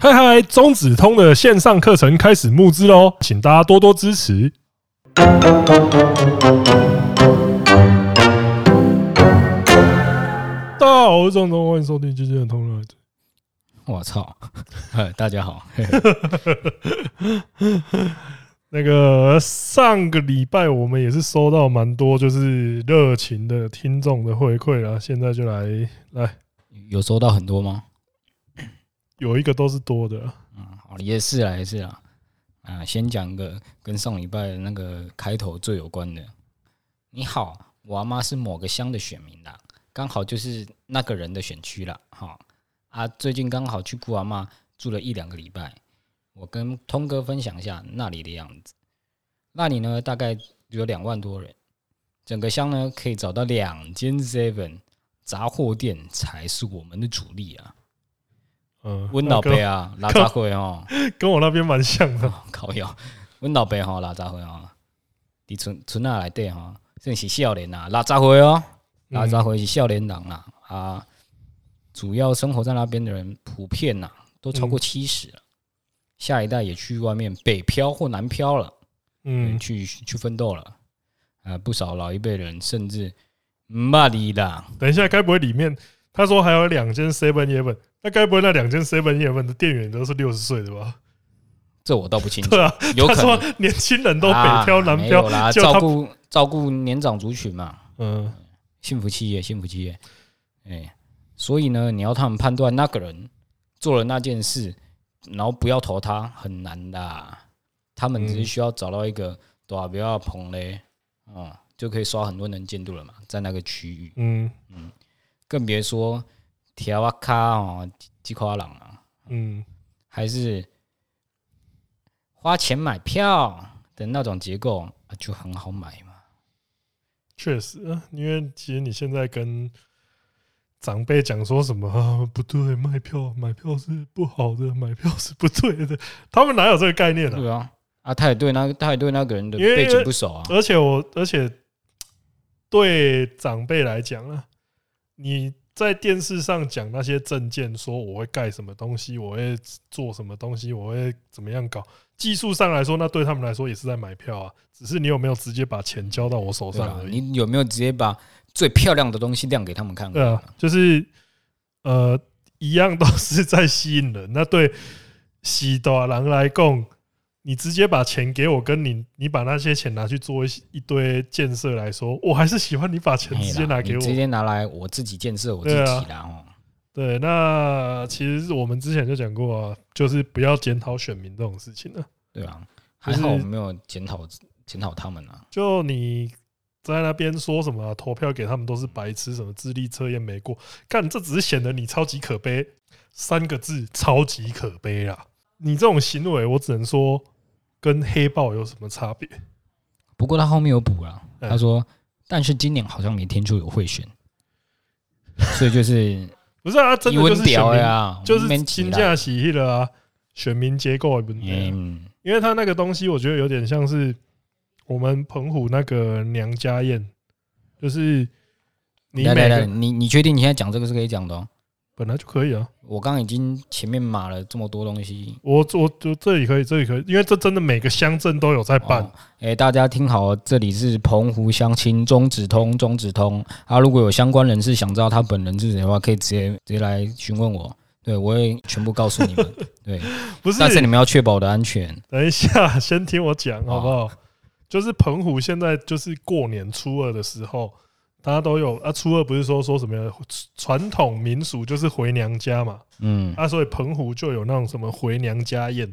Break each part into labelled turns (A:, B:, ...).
A: 嗨嗨，中子通的线上课程开始募资喽，请大家多多支持。大家好，我是中通，欢迎收听今天的通来。
B: 我操！ 呃，大家好，
A: 那个上个礼拜我们也是收到蛮多就是热情的听众的回馈啦，现在就来来
B: 有收到很多吗？
A: 有一个都是多的，
B: 嗯，好，也是啦，也是啦。啊，先讲一个跟上礼拜那个开头最有关的。你好，我阿妈是某个乡的选民啦，刚好就是那个人的选区啦。哈啊，最近刚好去姑阿妈住了一两个礼拜，我跟通哥分享一下那里的样子。那里呢，大概有两万多人，整个乡呢可以找到两间 Seven 杂货店才是我们的主力啊。
A: 嗯，
B: 温老
A: 那
B: 伯啊，拉杂会哦，
A: 跟跟我那边蛮像的，
B: 靠腰。哦阮老爸吼，拉杂会哦，伫村村仔内底吼，算是少年啦，拉杂会哦，
A: 嗯
B: 拉杂会是少年人啦啊，主要生活在那边的人普遍呐都超
A: 嗯
B: 过七十了，下一代也去外面北漂或南漂了，
A: 嗯，
B: 去去奋斗了，啊，不少老一辈人甚至唔捌你啦，
A: 等一下，该不会里面他说还有两间 Seven Eleven，那该不会那两间 Seven Eleven 的店员都是六十岁的吧？
B: 这我倒不清楚
A: 对，啊，
B: 有
A: 他
B: 可
A: 说
B: 能
A: 年轻人都
B: 啊
A: 北漂南
B: 没
A: 漂
B: 有，啦，
A: 就他
B: 照顾照顾年长族群嘛，
A: 嗯
B: 幸福企业，幸福企业，哎、所以呢，你要他们判断那个人做了那件事，然后不要投他，很难的。啊他们只是需要找到一个多不要捧嘞，哦、就可以刷很多能见度了嘛，在那个区域，
A: 嗯
B: 更别说条啊卡哦，鸡夸狼啊，
A: 嗯，
B: 还是花钱买票的那种结构啊，就很好买嘛。
A: 确实，啊因为其实你现在跟长辈讲说什么、啊、不对，卖票买票是不好的，买票是不对的，他们哪有这个概念啊？
B: 对啊，啊，他也对那他也对那个人的
A: 因为
B: 背景不熟啊，
A: 而且我，而且对长辈来讲啊，你在电视上讲那些证件，说我会盖什么东西，我会做什么东西，我会怎么样搞，技术上来说，那对他们来说也是在买票啊，只是你有没有直接把钱交到我手
B: 对
A: 上
B: 啊，
A: 而已。
B: 你有没有直接把最漂亮的东西亮给他们看？
A: 对啊，就是呃，一样都是在吸引人。那对喜多郎来供，你直接把钱给我，跟你你把那些钱拿去做一些一堆建设来说，我还是喜欢你把钱
B: 嘿啦
A: 直接拿给
B: 哎你直
A: 我。啊
B: 接拿来我自己建设我自己啦。哦，
A: 对，那其实我们之前就讲过啊，就是不要检讨选民这种事情啊。
B: 对啊，
A: 就
B: 还
A: 是
B: 好我没有检讨检讨他们啊。
A: 就你在那边说什么啊、投票给他们都是白痴，什么智力测验没过，干这只是显得你超级可悲，三个字，超级可悲啦！你这种行为，我只能说跟黑豹有什么差别？
B: 不过他后面有补了，
A: 嗯
B: 他说，但是今年好像没听出有贿选，所以就是
A: 不是啊， 真的
B: 一
A: 就
B: 文
A: 是选
B: 屌
A: 民，
B: 呀，
A: 就
B: 我
A: 是
B: 们免提
A: 金
B: 啦哎
A: 价洗黑了啊，选民结构也不对啊，
B: 嗯，
A: 因为他那个东西，我觉得有点像是我们澎湖那个娘家宴，就是你
B: 来
A: 每
B: 来来，
A: 个
B: 你你确定你现在讲这个是可以讲的？哦？
A: 本来就可以啊。
B: 我刚刚已经前面码了这么多东西，
A: 我我就这里可以，这里可以，因为这真的每个乡镇都有在办。
B: 哦哎、大家听好，这里是澎湖乡亲中指通，中指通啊！如果有相关人士想知道他本人是谁的话，可以直接直接来询问我，对我会全部告诉 你们。对，
A: 不是，
B: 但是你们要确保我的安全。
A: 等一下，先听我讲好
B: 哦
A: 不好？就是澎湖现在就是过年初二的时候，大家都有啊。初二不是说说什么传统民俗就是回娘家嘛？
B: 嗯，
A: 啊，所以澎湖就有那种什么回娘家宴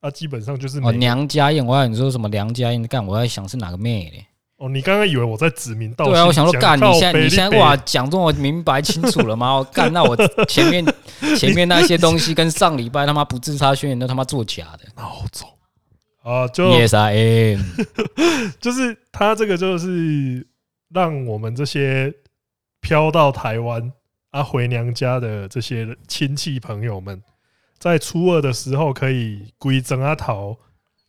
A: 啊，基本上就是
B: 哦，
A: 每
B: 娘家宴，我还想你说什么娘家宴？干，我在想是哪个妹嘞？
A: 哦，你刚刚以为我在指名道姓，
B: 对啊，我想说干，
A: 讲
B: 你现
A: 靠
B: 在
A: 北
B: 你现在
A: 北
B: 哇讲这么明白清楚了 吗？我干，那我前面前面那些东西跟上礼拜他妈不自杀宣言都他妈作假的。
A: 孬种啊，就
B: Yes I am。
A: 就是他这个就是让我们这些飘到台湾啊回娘家的这些亲戚朋友们，在初二的时候可以归真阿桃，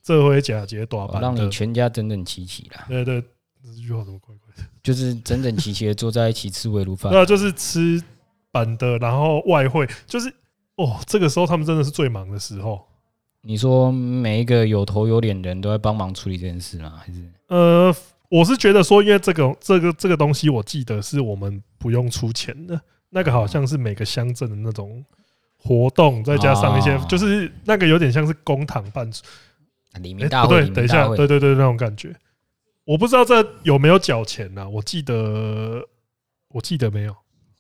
A: 这回假节大
B: 我
A: 班
B: 哦让
A: 的
B: 你，全家整整齐齐啦，
A: 对对，这句话怎么怪怪的？
B: 就是整 整
A: 啊
B: 齐齐的坐在一起吃围炉饭。
A: 那就是吃板的，然后外汇就是哦，这个时候他们真的是最忙的时候。
B: 你说每一个有头有脸的人都在帮忙处理这件事吗？还是
A: 呃，我是觉得说，因为这个这个这个东西，我记得是我们不用出钱的，那个好像是每个乡镇的那种活动，再加上一些，
B: 哦
A: 就是那个有点像是公堂办出，
B: 黎
A: 哎、
B: 啊明大
A: 不
B: 会？
A: 对，
B: 黎
A: 等
B: 明
A: 一
B: 大
A: 下，
B: 会
A: 对对对，那种感觉。我不知道这有没有缴钱呐、我记得我记得没有，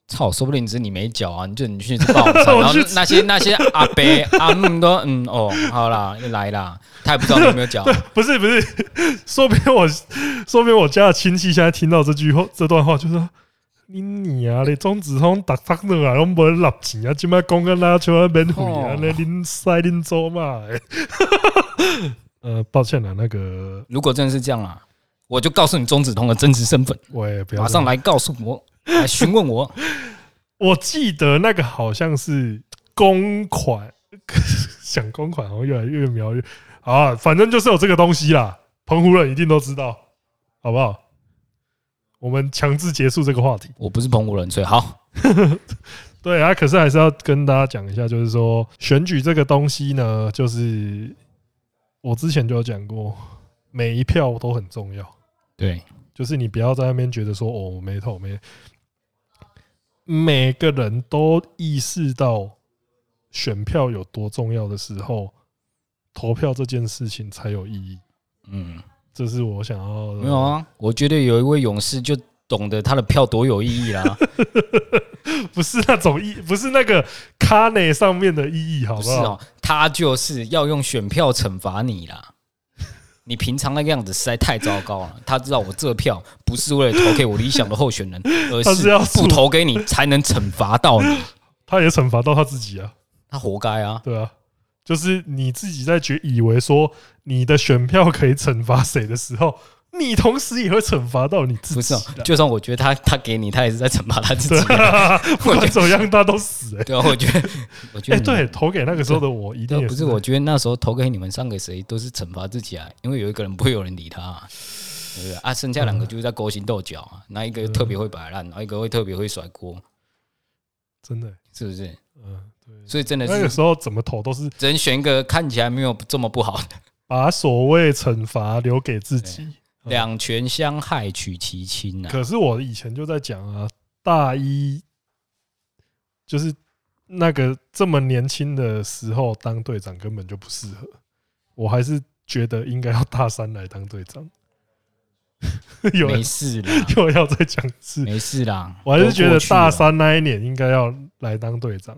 B: 操，说不定只是你没缴啊，你就你去吃霸王 餐，
A: 我
B: 然后
A: 去
B: 那些那些阿伯阿姆都嗯哦，好啦，来啦，他也不知道你有没有啊缴，
A: 不是不是， 说不定我说不定我家的亲戚现在听到这句话这段话，就说你你啊，你钟子通打打的啊，拢无立钱啊，今摆讲个拉球啊免费啊，
B: 哦
A: 那恁塞恁做嘛？ 呃，抱歉了，那个
B: 如果真的是这样啦，我就告诉你钟子通的真实身份，
A: 我也不要
B: 马上来告诉我，来询问我，
A: 我记得那个好像是公款， 想公款好像越来越描越好啊，反正就是有这个东西啦，澎湖人一定都知道，好不好？我们强制结束这个话题。
B: 我不是澎湖人，所以好，
A: 对啊，可是还是要跟大家讲一下，就是说选举这个东西呢，就是我之前就有讲过，每一票都很重要，
B: 对，
A: 就是你不要在那边觉得说哦，我没投没，每个人都意识到选票有多重要的时候，投票这件事情才有意义。
B: 嗯，
A: 这是我想要
B: 没有啊，我觉得有一位勇士就懂得他的票多有意义啦，
A: 不是那种意，不是那个卡内上面的意义，好
B: 不是
A: 好？
B: 哦，他就是要用选票惩罚你 啦。你平常那个样子实在太糟糕了。他知道我这票不是为了投给我理想的 候选人，而
A: 他是要
B: 不投给你才能惩罚到你。
A: 他也惩罚 到他自己啊。
B: 他活该啊！
A: 对啊，就是你自己在觉以为说你的选票可以惩罚谁的时候，你同时也会惩罚到你自
B: 不
A: 己
B: 是、哦
A: 啦。，
B: 就算我觉得他他给你，他也是在惩罚他自己
A: 对
B: 啊、
A: 啊，不
B: 我觉
A: 管
B: 得
A: 怎么样，大家都死哎、
B: 对啊， 我觉 得，我觉
A: 欸。
B: 得
A: 哎，
B: 你
A: 对，投给那个时候的我，一定
B: 对
A: 也
B: 啊，不是，我觉得那时候投给你们三个谁都是惩罚自己啊，因为有一个人不会有人理他、啊，对不对啊？剩下两
A: 嗯
B: 个就是在勾心斗角啊，那一个特别会摆烂，然后一个会特别会甩锅，
A: 真的欸，
B: 是不是？
A: 嗯，对，
B: 所以真的
A: 那个
B: 是
A: 时候怎么投都是
B: 只能选一个看起来没有这么不好的，
A: 把所谓惩罚留给自己。 嗯
B: 两全相害取其轻啊。
A: 可是我以前就在讲啊，大一就是那个这么年轻的时候当队长根本就不适合，我还是觉得应该要大三来当队长。 有人
B: 没事啦，
A: 又要再讲一次，
B: 没事啦。
A: 哦我还是觉得
B: 都过去了
A: 大三那一年应该要来当队长。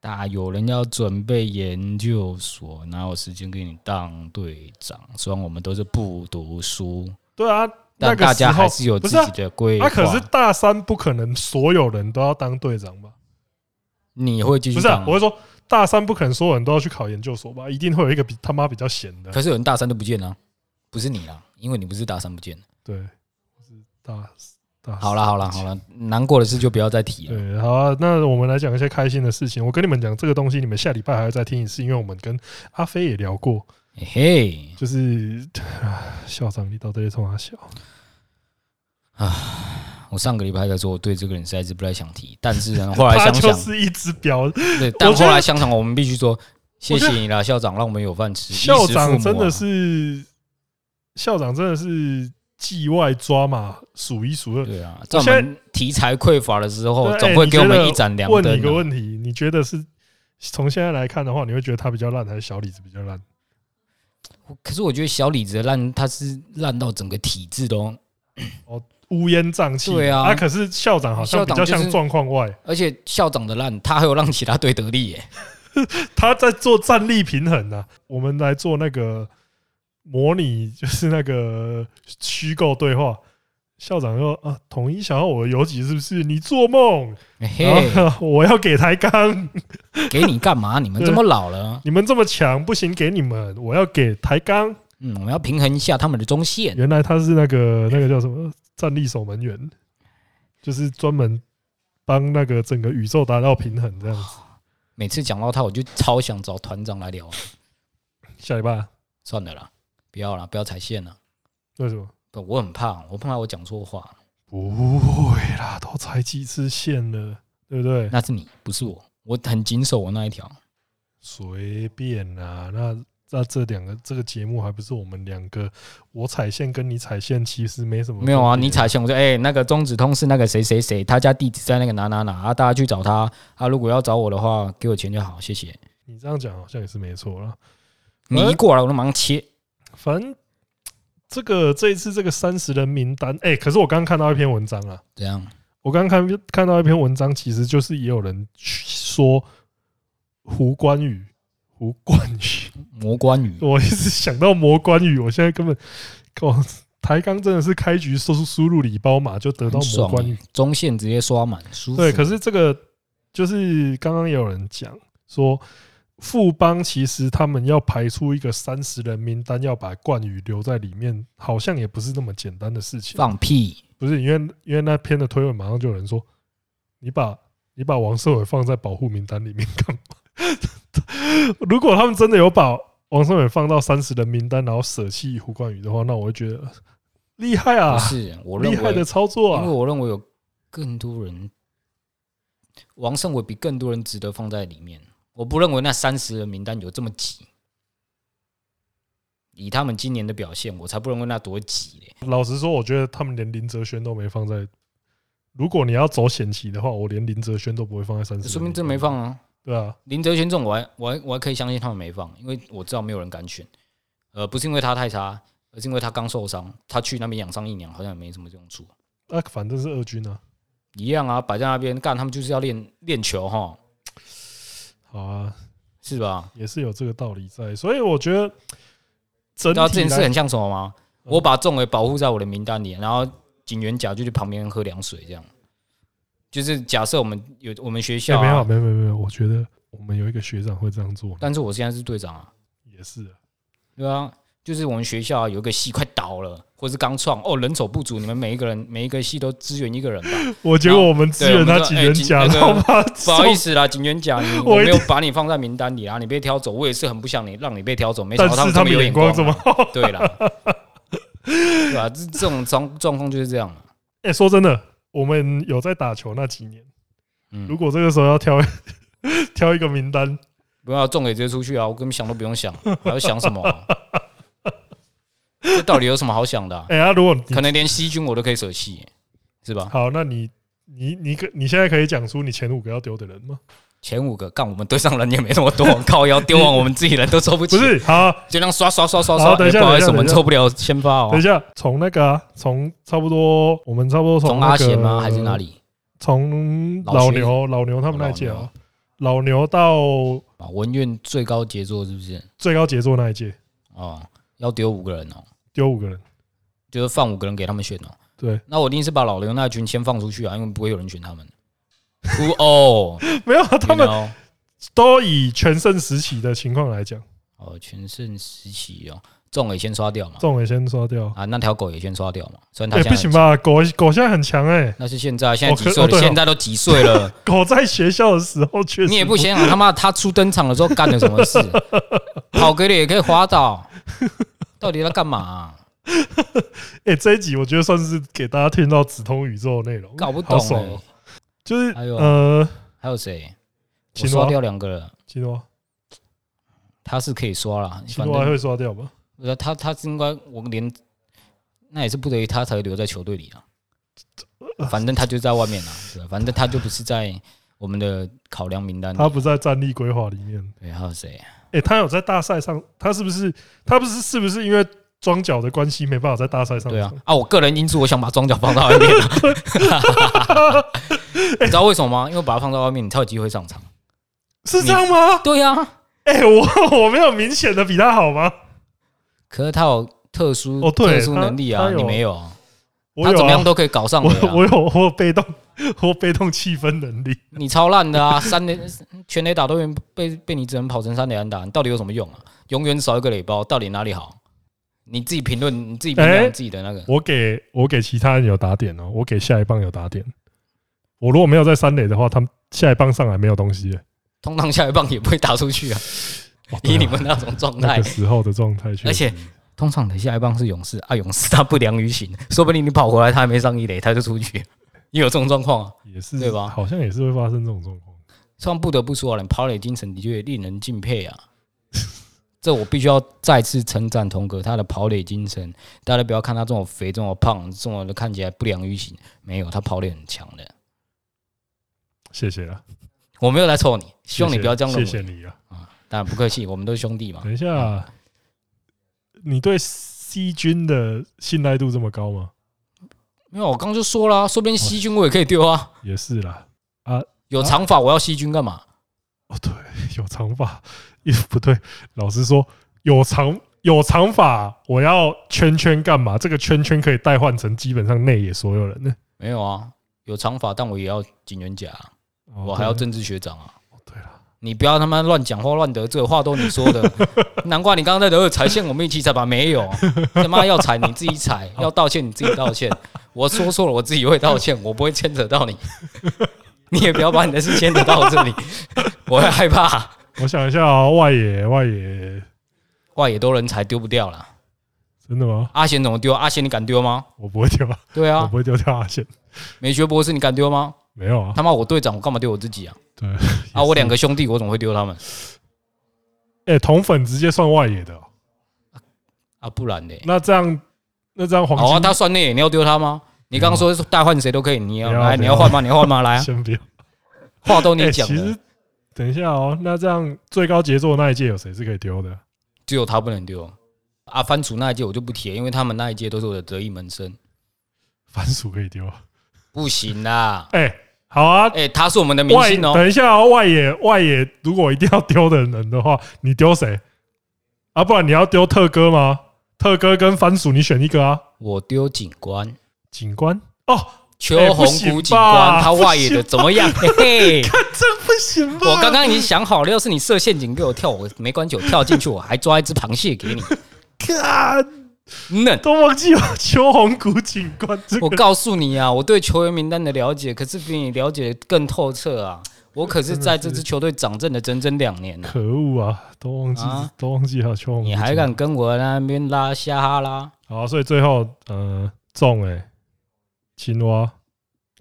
B: 大有人要准备研究所，哪有时间给你当队长？虽然我们都是不读书，
A: 对啊，那
B: 但
A: 个
B: 大
A: 时
B: 家还
A: 候
B: 是有
A: 不是
B: 自
A: 啊
B: 己的规
A: 那
B: 划。
A: 可是大三不可能所有人都要当队长吧？
B: 你会继
A: 不
B: 续
A: 是、啊
B: 当，
A: 我？是说大三不可能所有人都要去考研究所吧？一定会有一个比他妈比较闲的。
B: 可是有人大三都不见了，不是你啦，因为你不是大三不见了。
A: 对，我是大大
B: 好啦，好啦，好啦，难过的事就不要再提了。
A: 对，好、啊，那我们来讲一些开心的事情。我跟你们讲这个东西，你们下礼拜还要再听一次，因为我们跟阿飞也聊过，
B: 嘿嘿，
A: 就是 唉校长你到底在冲他笑？
B: 我上个礼拜在说，我对这个人实在是不太想提，但是 呢，后来
A: 他
B: 想
A: 就
B: 想，
A: 是一只表。
B: 对，但
A: 觉
B: 后
A: 得
B: 来想想，我们必须说谢
A: 我觉
B: 谢
A: 得
B: 你啦，校长，让我们有饭吃。衣食
A: 校
B: 父母
A: 长
B: 啊
A: 真的是，校长真的是季外抓马数一数二。
B: 对啊，在我
A: 现在
B: 们题材匮乏的时候
A: 对，
B: 总
A: 哎
B: 会
A: 你
B: 给我
A: 觉
B: 们
A: 得
B: 一盏亮
A: 问哎你
B: 灯
A: 一个
B: 啊。
A: 问题，你觉得是从现在来看的话，你会觉得他比较烂，还是小李子比较烂？
B: 可是我觉得小李子的烂，他是烂到整个体制都，
A: 乌烟瘴气，
B: 对啊
A: 可是校长好像
B: 校
A: 比
B: 长
A: 较
B: 就是
A: 像状况外，
B: 而且校长的烂，他还有让其他队得利耶。
A: 他在做战力平衡啊。我们来做那个模拟，就是那个虚构对话。校长说：“啊，统一想要我的游击是不是？你做梦！
B: 嘿嘿。
A: 然后我要给抬杠，
B: 给你 干嘛？你们这么老了，
A: 你们这么强不行，给你们，我要给抬杠。
B: 嗯，我们要平衡一下他们的中线。
A: 原来他是那个那个叫什么战力守门员，就是专门帮那个整个宇宙达到平衡这样子。
B: 每次讲到他，我就超想找团长来聊。
A: 下礼拜啊
B: 算了啦，不要啦，不要踩线了。
A: 为什么？
B: 不，我很怕，我怕我讲错话。
A: 不会啦，都才几次线了，对不对？
B: 那是你，不是我，我很谨守我那一条。
A: 随便啦，那那这两个这个节目还不是我们两个，我踩线跟你踩线其实没什么
B: 没有啊，
A: 分别
B: 你踩线，我说哎、那个中指通是那个谁谁谁，他家地址在那个哪哪哪啊，大家去找他啊。如果要找我的话，给我钱就好，谢谢。
A: 你这样讲好像也是没错啦。
B: 你
A: 呃
B: 一过来，我就马上切。
A: 反正这个这一次这个三十人名单，哎、可是我刚看到一篇文章啊，
B: 怎样？
A: 我刚看看到一篇文章，其实就是也有人说胡关羽，胡关羽，
B: 魔关羽，
A: 我一直想到魔关羽，我现在根本，我台钢真的是开局输输入礼包马就得到
B: 很
A: 魔
B: 爽
A: 关羽
B: 欸，中线直接刷满，舒服。
A: 对，可是这个就是刚刚也有人讲说，富邦其实他们要排出一个三十人名单，要把冠宇留在里面，好像也不是那么简单的事情。
B: 放屁！
A: 不是因为因为那篇的推文马上就有人说，你把你把王胜伟放在保护名单里面干嘛？ 如果他们真的有把王胜伟放到三十人名单，然后舍弃胡冠宇的话，那我会觉得呃厉害啊
B: 不，是，我认
A: 厉害
B: 为
A: 的，操作
B: 因为
A: 啊！
B: 我认为有更多人，王胜伟比更多人值得放在里面。我不认为那三十人名单有这么挤。以他们今年的表现，我才不认为那多挤嘞。
A: 老实说，我觉得他们连林哲轩都没放在。如果你要走险棋的话，我连林哲轩都不会放在三十，
B: 说明真没放。啊。
A: 对啊，
B: 林哲轩这种，我还我还我还可以相信他们没放，因为我知道没有人敢选。呃，不是因为他太差，而是因为他刚受伤，他去那边养伤一年好像也没什么用处。
A: 那反正是二军啊。
B: 一样啊，摆在那边干，他们就是要练练球哈，
A: 好啊，
B: 是吧？
A: 也是有这个道理在，所以我觉得整
B: 知道
A: 体
B: 啊这件事
A: 来
B: 很像什么吗？
A: 嗯
B: 我把仲伟保护在我的名单里，然后警员甲就去旁边喝凉水，这样。就是假设我们有我们学校、
A: 哎没有
B: 啊，
A: 没有没有没有，我觉得我们有一个学长会这样做，
B: 但是我现在是队长啊，
A: 也是啊
B: 对啊，就是我们学校、啊、有一个系快倒了，或是刚创哦，人手不足，你们每一个人每一个系都支援一个 人吧。
A: 我觉得我们支援他几人甲，
B: 对
A: 然
B: 我
A: 后
B: 们
A: 把
B: 不好意思啦，警员甲，你
A: 我
B: 我
A: 一
B: 没有把你放在名单里啊，你被挑走，我也是很不想你让你被挑走，没 想
A: 但
B: 到
A: 是
B: 们
A: 他
B: 这
A: 们
B: 么有
A: 眼光这么
B: 啊？
A: 好。
B: 对啦，对吧？这这种状状况就是这样嘛。
A: 哎，说真的，我们有在打球那几年，如
B: 嗯，
A: 果这个时候要挑 挑一个名单，
B: 不要中给直接出去啊，我根本想都不用想，还要想什么啊、 这到底有什么好想的啊、
A: 哎呀，啊如果你
B: 可能连西军我都可以舍弃，是吧？
A: 好，那你你你可你现在可以讲出你前五个要丢的人吗？
B: 前五个干我们队上人也没那么多，靠腰丢完我们自己人都抽不起，
A: 不是，好，
B: 就那样刷刷刷刷
A: 好
B: 刷，
A: 等一下
B: 哎不好意思，
A: 等
B: 我
A: 一下
B: 们抽不了先发
A: 等一
B: 哦，
A: 下，从那个啊从、差不多我们差不多从
B: 从
A: 那
B: 阿
A: 个
B: 贤吗？还是哪？里？
A: 从
B: 老
A: 老
B: 学
A: 牛老牛他们那一
B: 老
A: 届
B: 牛
A: 啊，老牛到
B: 啊，文苑最高杰作是不是？
A: 最高杰作那一届
B: 哦，要丢五个人哦，
A: 丢五个人，
B: 就是放五个人给他们选哦。
A: 对，
B: 那我一定是把老刘那群先放出去啊，因为不会有人选他们。Who 哦 all？
A: 没有 啊他们
B: you know？
A: 都以全盛时期的情况来讲，
B: 哦，全盛时期哦，仲也先刷掉嘛，
A: 这种也先刷掉。
B: 啊，那条狗也先刷掉嘛，虽然嗯他
A: 哎、
B: 现
A: 不
B: 在很
A: 行吧？狗狗现在很强哎、
B: 那是现在，啊现在
A: 哦
B: 几
A: 可
B: 岁
A: 哦对
B: 了？
A: 哦
B: 现在都几岁 了？
A: 狗在学校的时候确实
B: 你也不想想他妈他初登场的时候干了什 么事？跑给你也可以滑倒，到底在干嘛啊？
A: 哎、这一集我觉得算是给大家听到直通宇宙的内容，
B: 搞不
A: 好
B: 懂
A: 爽
B: 欸
A: 哦就是
B: 还有
A: 呃，啊
B: 还有谁？我
A: 秦
B: 刷
A: 罗
B: 掉两个了，
A: 秦罗
B: 他是可以刷了，
A: 秦
B: 反
A: 罗还
B: 正
A: 啊会刷掉吧？
B: 呃他他是应该我连那也是不得已他才留在球队里啊，反正他就在外面啊，对吧，反正他就不是在我们的考量名 单里。
A: 他不在战力规划里面。
B: 对，还有谁？
A: 哎、他有在大赛上，他是不是他不是是不是因为装脚的关系没办法在大赛上？
B: 对啊，，啊，我个人因素，我想把庄脚放到外面、 啊，你知道为什么吗？因为我把它放到外面，你才有机会上场。
A: 是这样吗？
B: 对啊呀、
A: 哎、我 我没有明显的比他好吗？
B: 可是他有特殊、
A: 哦对
B: 特殊能力
A: 他
B: 啊，
A: 他有
B: 你没有啊？
A: 我
B: 他
A: 有
B: 怎么
A: 啊
B: 样，都可以搞上你、
A: 我
B: 啊，
A: 我有我有被动，我有被动气氛能力。
B: 你超烂的啊！三垒全垒打都被被被你只能跑成三垒安打，你到底有什么用啊？永远少一个垒包，到底哪里好？你自己评论，你自己评
A: 哎
B: 论你自己的那个。
A: 我给我给其他人有打点哦，我给下一棒有打点。我如果没有在三垒的话，他们下一棒上来没有东西了。
B: 通常下一棒也不会打出去啊，
A: 哦对啊
B: 以你们那种状
A: 那
B: 态
A: 个，时候的状态确实，
B: 而且通常的下一棒是勇士啊，勇士他不良于行，说不定你跑回来他还没上一垒，他就出局，也有这种状况啊。
A: 也是
B: 对吧
A: 好像也是会发生这种状况。
B: 虽然不得不说啊，你跑垒精神的确令人敬佩啊。这我必须要再次称赞童哥他的跑垒精神。大家不要看他这么肥、这么胖、这么的看起来不良于行，没有，他跑垒很强的。
A: 谢谢啊，
B: 我没有在臭你，希望你
A: 谢谢
B: 不要这样认
A: 谢
B: 为
A: 谢你啊。
B: 啊。当然不客气，我们都是兄弟嘛。
A: 等一
B: 嗯
A: 下，你对 C 君的信赖度这么高吗？
B: 没有，我刚就说了啊，说不定细菌我也可以丢啊。
A: 也是啦，
B: 有长发我要细菌干嘛？
A: 哦对，有长发， 也不对，老实说，有长有长发，我要圈圈干嘛？这个圈圈可以代换成基本上内野所有人呢。
B: 没有啊，有长发但我也要警员甲啊、
A: 哦
B: 我还要
A: 对
B: 政治学长啊。
A: 对啦，
B: 你不要他妈乱讲话、乱得罪，话都你说的，难怪你刚刚在得罪踩线，我们一起踩吧？没有，他妈要踩你自己踩，要道歉你自己道歉。我说错了，我自己会道歉，我不会牵扯到你。你也不要把你的事牵扯到我这里，我会害怕。
A: 我想一下啊， 外野外野
B: 外野多人才丢不掉了。
A: 真的吗？
B: 阿贤怎么丢？阿贤你敢丢吗？
A: 我不会丢啊，
B: 对
A: 我
B: 啊，
A: 不会丢掉阿宪，
B: 美学博士你敢丢吗？
A: 没有啊，
B: 他妈我队长，我干嘛丢我自己啊？
A: 对
B: 啊，我两个兄弟，我怎么会丢他们
A: 哎，同粉直接算外野的哦，
B: 啊？不然嘞，
A: 那这样那这样黄
B: 好啊，
A: 金
B: 他算内野，你要丢他吗？你刚刚说代换谁都可以，你要
A: 不要
B: 来，
A: 不
B: 你
A: 要
B: 要换吗？你要换吗？来啊，
A: 先不要。
B: 话都
A: 哎
B: 你讲
A: 其
B: 的
A: 实，等一下哦，那这样最高杰作那一届有谁是可以丢的？
B: 只有他不能丢。啊，番薯那一届我就不提了，因为他们那一届都是我的得意门生，
A: 番薯可以 丢啊。
B: 不行啦。
A: 哎、好啊，
B: 哎，他是我们的明
A: 外
B: 星哦，
A: 等一下哦，外野外野，如果一定要丢的人的话，你丢谁？啊，不然你要丢特哥吗？特哥跟番薯，你选一个啊。
B: 我丢警官，
A: 警官哦，
B: 邱
A: 哎哎不
B: 红
A: 行
B: 谷警
A: 吧
B: 官，他
A: 不
B: 外野的怎么样？嘿嘿。
A: 这不行吧？
B: 我刚刚已经想好了，要是你设陷阱给我跳，我没关系，我跳进去，我还抓一只螃蟹给
A: 看
B: 你。 嫩，
A: 都忘记有 秋红谷警官这
B: 我
A: 个。
B: 告诉你啊，我对球员名单的了解可是比你了解得更透彻啊。我可是在这支球队掌政了整整两年 了、
A: 可恶啊！都忘记、
B: 啊
A: 都忘记还有秋红谷警
B: 你
A: 官。
B: 还敢跟我那边拉瞎哈拉？
A: 好、所以最后呃，中哎、青蛙、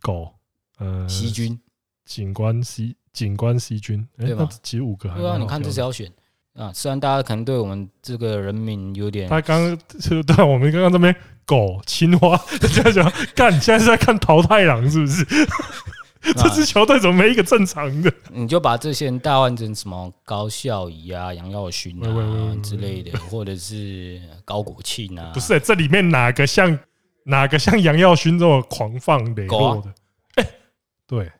A: 狗、呃，
B: 席军，
A: 警官 C 警官 C 军，哎、
B: 对
A: 那
B: 吧
A: 其实五个还
B: 对啊，
A: 蛮
B: 你
A: 好
B: 看
A: 挑
B: 这
A: 的
B: 谁要选啊？虽然大家可能对我们这个人民有点
A: 他刚刚就对啊我们刚刚这边狗青蛙， 这样讲，干，你现在是在看桃太郎是不是？
B: 啊
A: 这支球队怎么没一个正常的？
B: 你就把这些人代换成什么高孝仪啊、杨耀勋
A: 喂喂喂喂
B: 啊之类的，或者是高国庆啊，
A: 不是、这里面哪个像哪个像杨耀勋这么狂放磊落
B: 啊
A: 的？哎、对，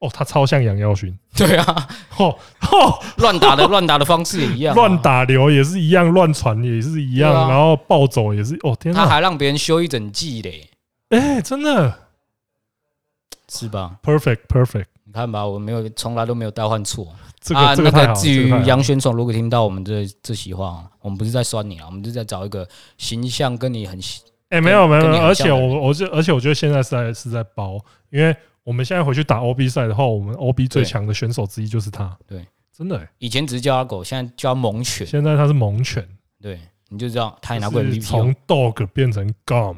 A: 哦，他超像杨耀勋，
B: 对啊，
A: 哦哦，
B: 乱打的乱打的方式也一样、啊
A: 乱。打流也是一样，乱传也是一样，
B: 对啊
A: 然后暴走也是，哦天
B: 他
A: 哪，
B: 还让别人修一整季嘞，
A: 哎、真的
B: 是吧？
A: perfect perfect，
B: 你看吧，我没有从来都没有代换错
A: 这个、
B: 啊。
A: 这
B: 那
A: 个太好
B: 个
A: 了，
B: 至
A: 这
B: 于
A: 个太好了
B: 杨玄爽，如果听到我们这这席话哦，我们不是在酸你啊，我们是在找一个形象跟你很
A: 哎、没有没有，
B: 跟
A: 没
B: 你
A: 有，
B: 很
A: 而
B: 像
A: 且
B: 的人
A: 我我就而且我觉得现在是在是在包，因为我们现在回去打 OB 赛的话，我们 OB 最
B: 对
A: 强的选手之一就是他。
B: 对，
A: 真的欸、
B: 以前只是叫他狗，现在叫他猛犬，
A: 现在他是猛犬，
B: 对，你就知道他也拿
A: 就
B: 过
A: 是
B: MVP 哦
A: 从 dog 变成 gum。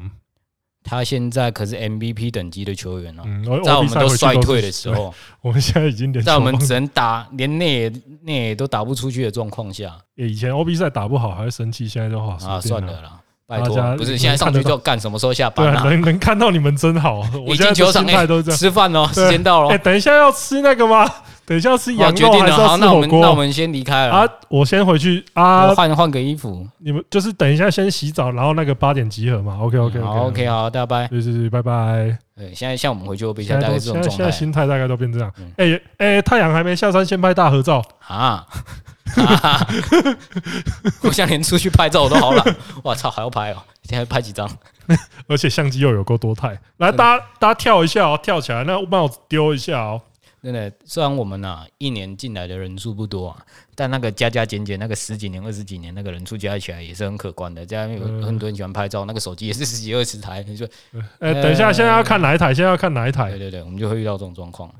B: 他现在可是 MVP 等级的球员了、哦
A: 嗯，而
B: 在我
A: OB 赛回
B: 们都
A: 去
B: 衰
A: 是
B: 退的时，
A: 对
B: 候，
A: 我们现在已经连
B: 在我们
A: 球棒
B: 只能打连内野内野都打不出去的状况下
A: 欸以前 OB 赛打不好还会生气，现在就好
B: 啊，算了。啦，拜
A: 哦大家
B: 托，不
A: 能
B: 是现在上
A: 看得
B: 去就干什么时候下
A: 对
B: 班
A: 啊，
B: 啊？
A: 能能看到你们真好，啊我
B: 你
A: 现在
B: 进球
A: 的
B: 场
A: 心
B: 哎
A: 态都是这样。
B: 吃饭喽，
A: 对
B: 时间到
A: 哎，
B: 喽，
A: 等一下要吃那个吗？ 等一下要吃
B: 好
A: 羊
B: 哦决
A: 肉
B: 定
A: 还
B: 了，
A: 是要
B: 好，
A: 吃
B: 那我
A: 火
B: 们那我
A: 锅
B: 们先离开
A: 啊
B: 了，？
A: 我先回去啊
B: 我，换换个衣服。
A: 你们就是等一下先洗澡，然后那个八点集合嘛。OK OK
B: 嗯好 OK 好，大家拜。
A: 对对对，拜拜。
B: 对，现在像我们回去会被
A: 现
B: 现在
A: 在
B: 大概
A: 都
B: 这
A: 现
B: 种
A: 在
B: 状
A: 现在
B: 态
A: 心态大概都变这样
B: 嗯。
A: 哎哎、太阳还没下山，先拍大合照。
B: 啊。啊 我想连出去拍照我都好 懒，我操，还要拍哦！现在拍几张？
A: 而且相机又有够多态，来
B: 真的
A: 大家大家跳一下哦，跳起来，那帽子丢一下哦。
B: 真的，虽然我们啊一年进来的人数不多啊，但那个加加减减，那个十几年、二十几年那个人数加起来也是很可观的。加上有
A: 嗯
B: 很多人喜欢拍照，那个手机也是十几二十台，你说
A: 哎、等一下，
B: 哎
A: 现在要看哪一台？现在要看哪一
B: 对
A: 台？
B: 对对，我们就会遇到这种状况。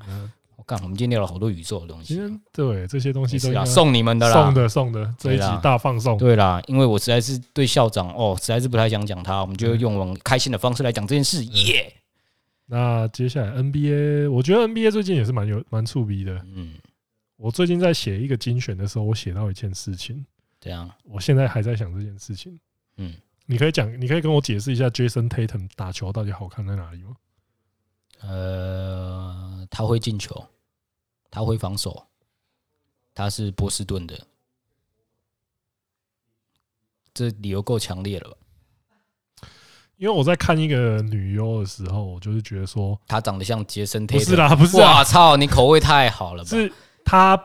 B: 我干，我们今天聊了好多宇宙的东
A: 嗯今
B: 西，
A: 天对这些东西
B: 没
A: 都
B: 事
A: 应
B: 啦，
A: 该
B: 送你们的啦，
A: 送的送的，这一集
B: 对啦
A: 大放送。
B: 对啦，因为我实在是
A: 嗯
B: 对校长哦，实在是不太想讲他，我们就用我们开心的方式来讲这件事，耶、
A: 那接下来 NBA，我觉得 NBA 最近也是蛮有蛮触逼的。
B: 嗯，
A: 我最近在写一个精选的时候，我写到一件事情，
B: 这样，
A: 我现在还在想这件事情。
B: 嗯，
A: 你可以讲，你可以跟我解释一下 Jason Tatum 打球到底好看在哪里吗？
B: 呃，他会进球，他会防守，他是波士顿的，这理由够强烈了吧？
A: 因为我在看一个女优的时候，我就是觉得说，
B: 他长得像杰森泰
A: 不
B: 勒，
A: 是啦，不是
B: 哇
A: 啦，
B: 操，你口味太好了吧？
A: 是她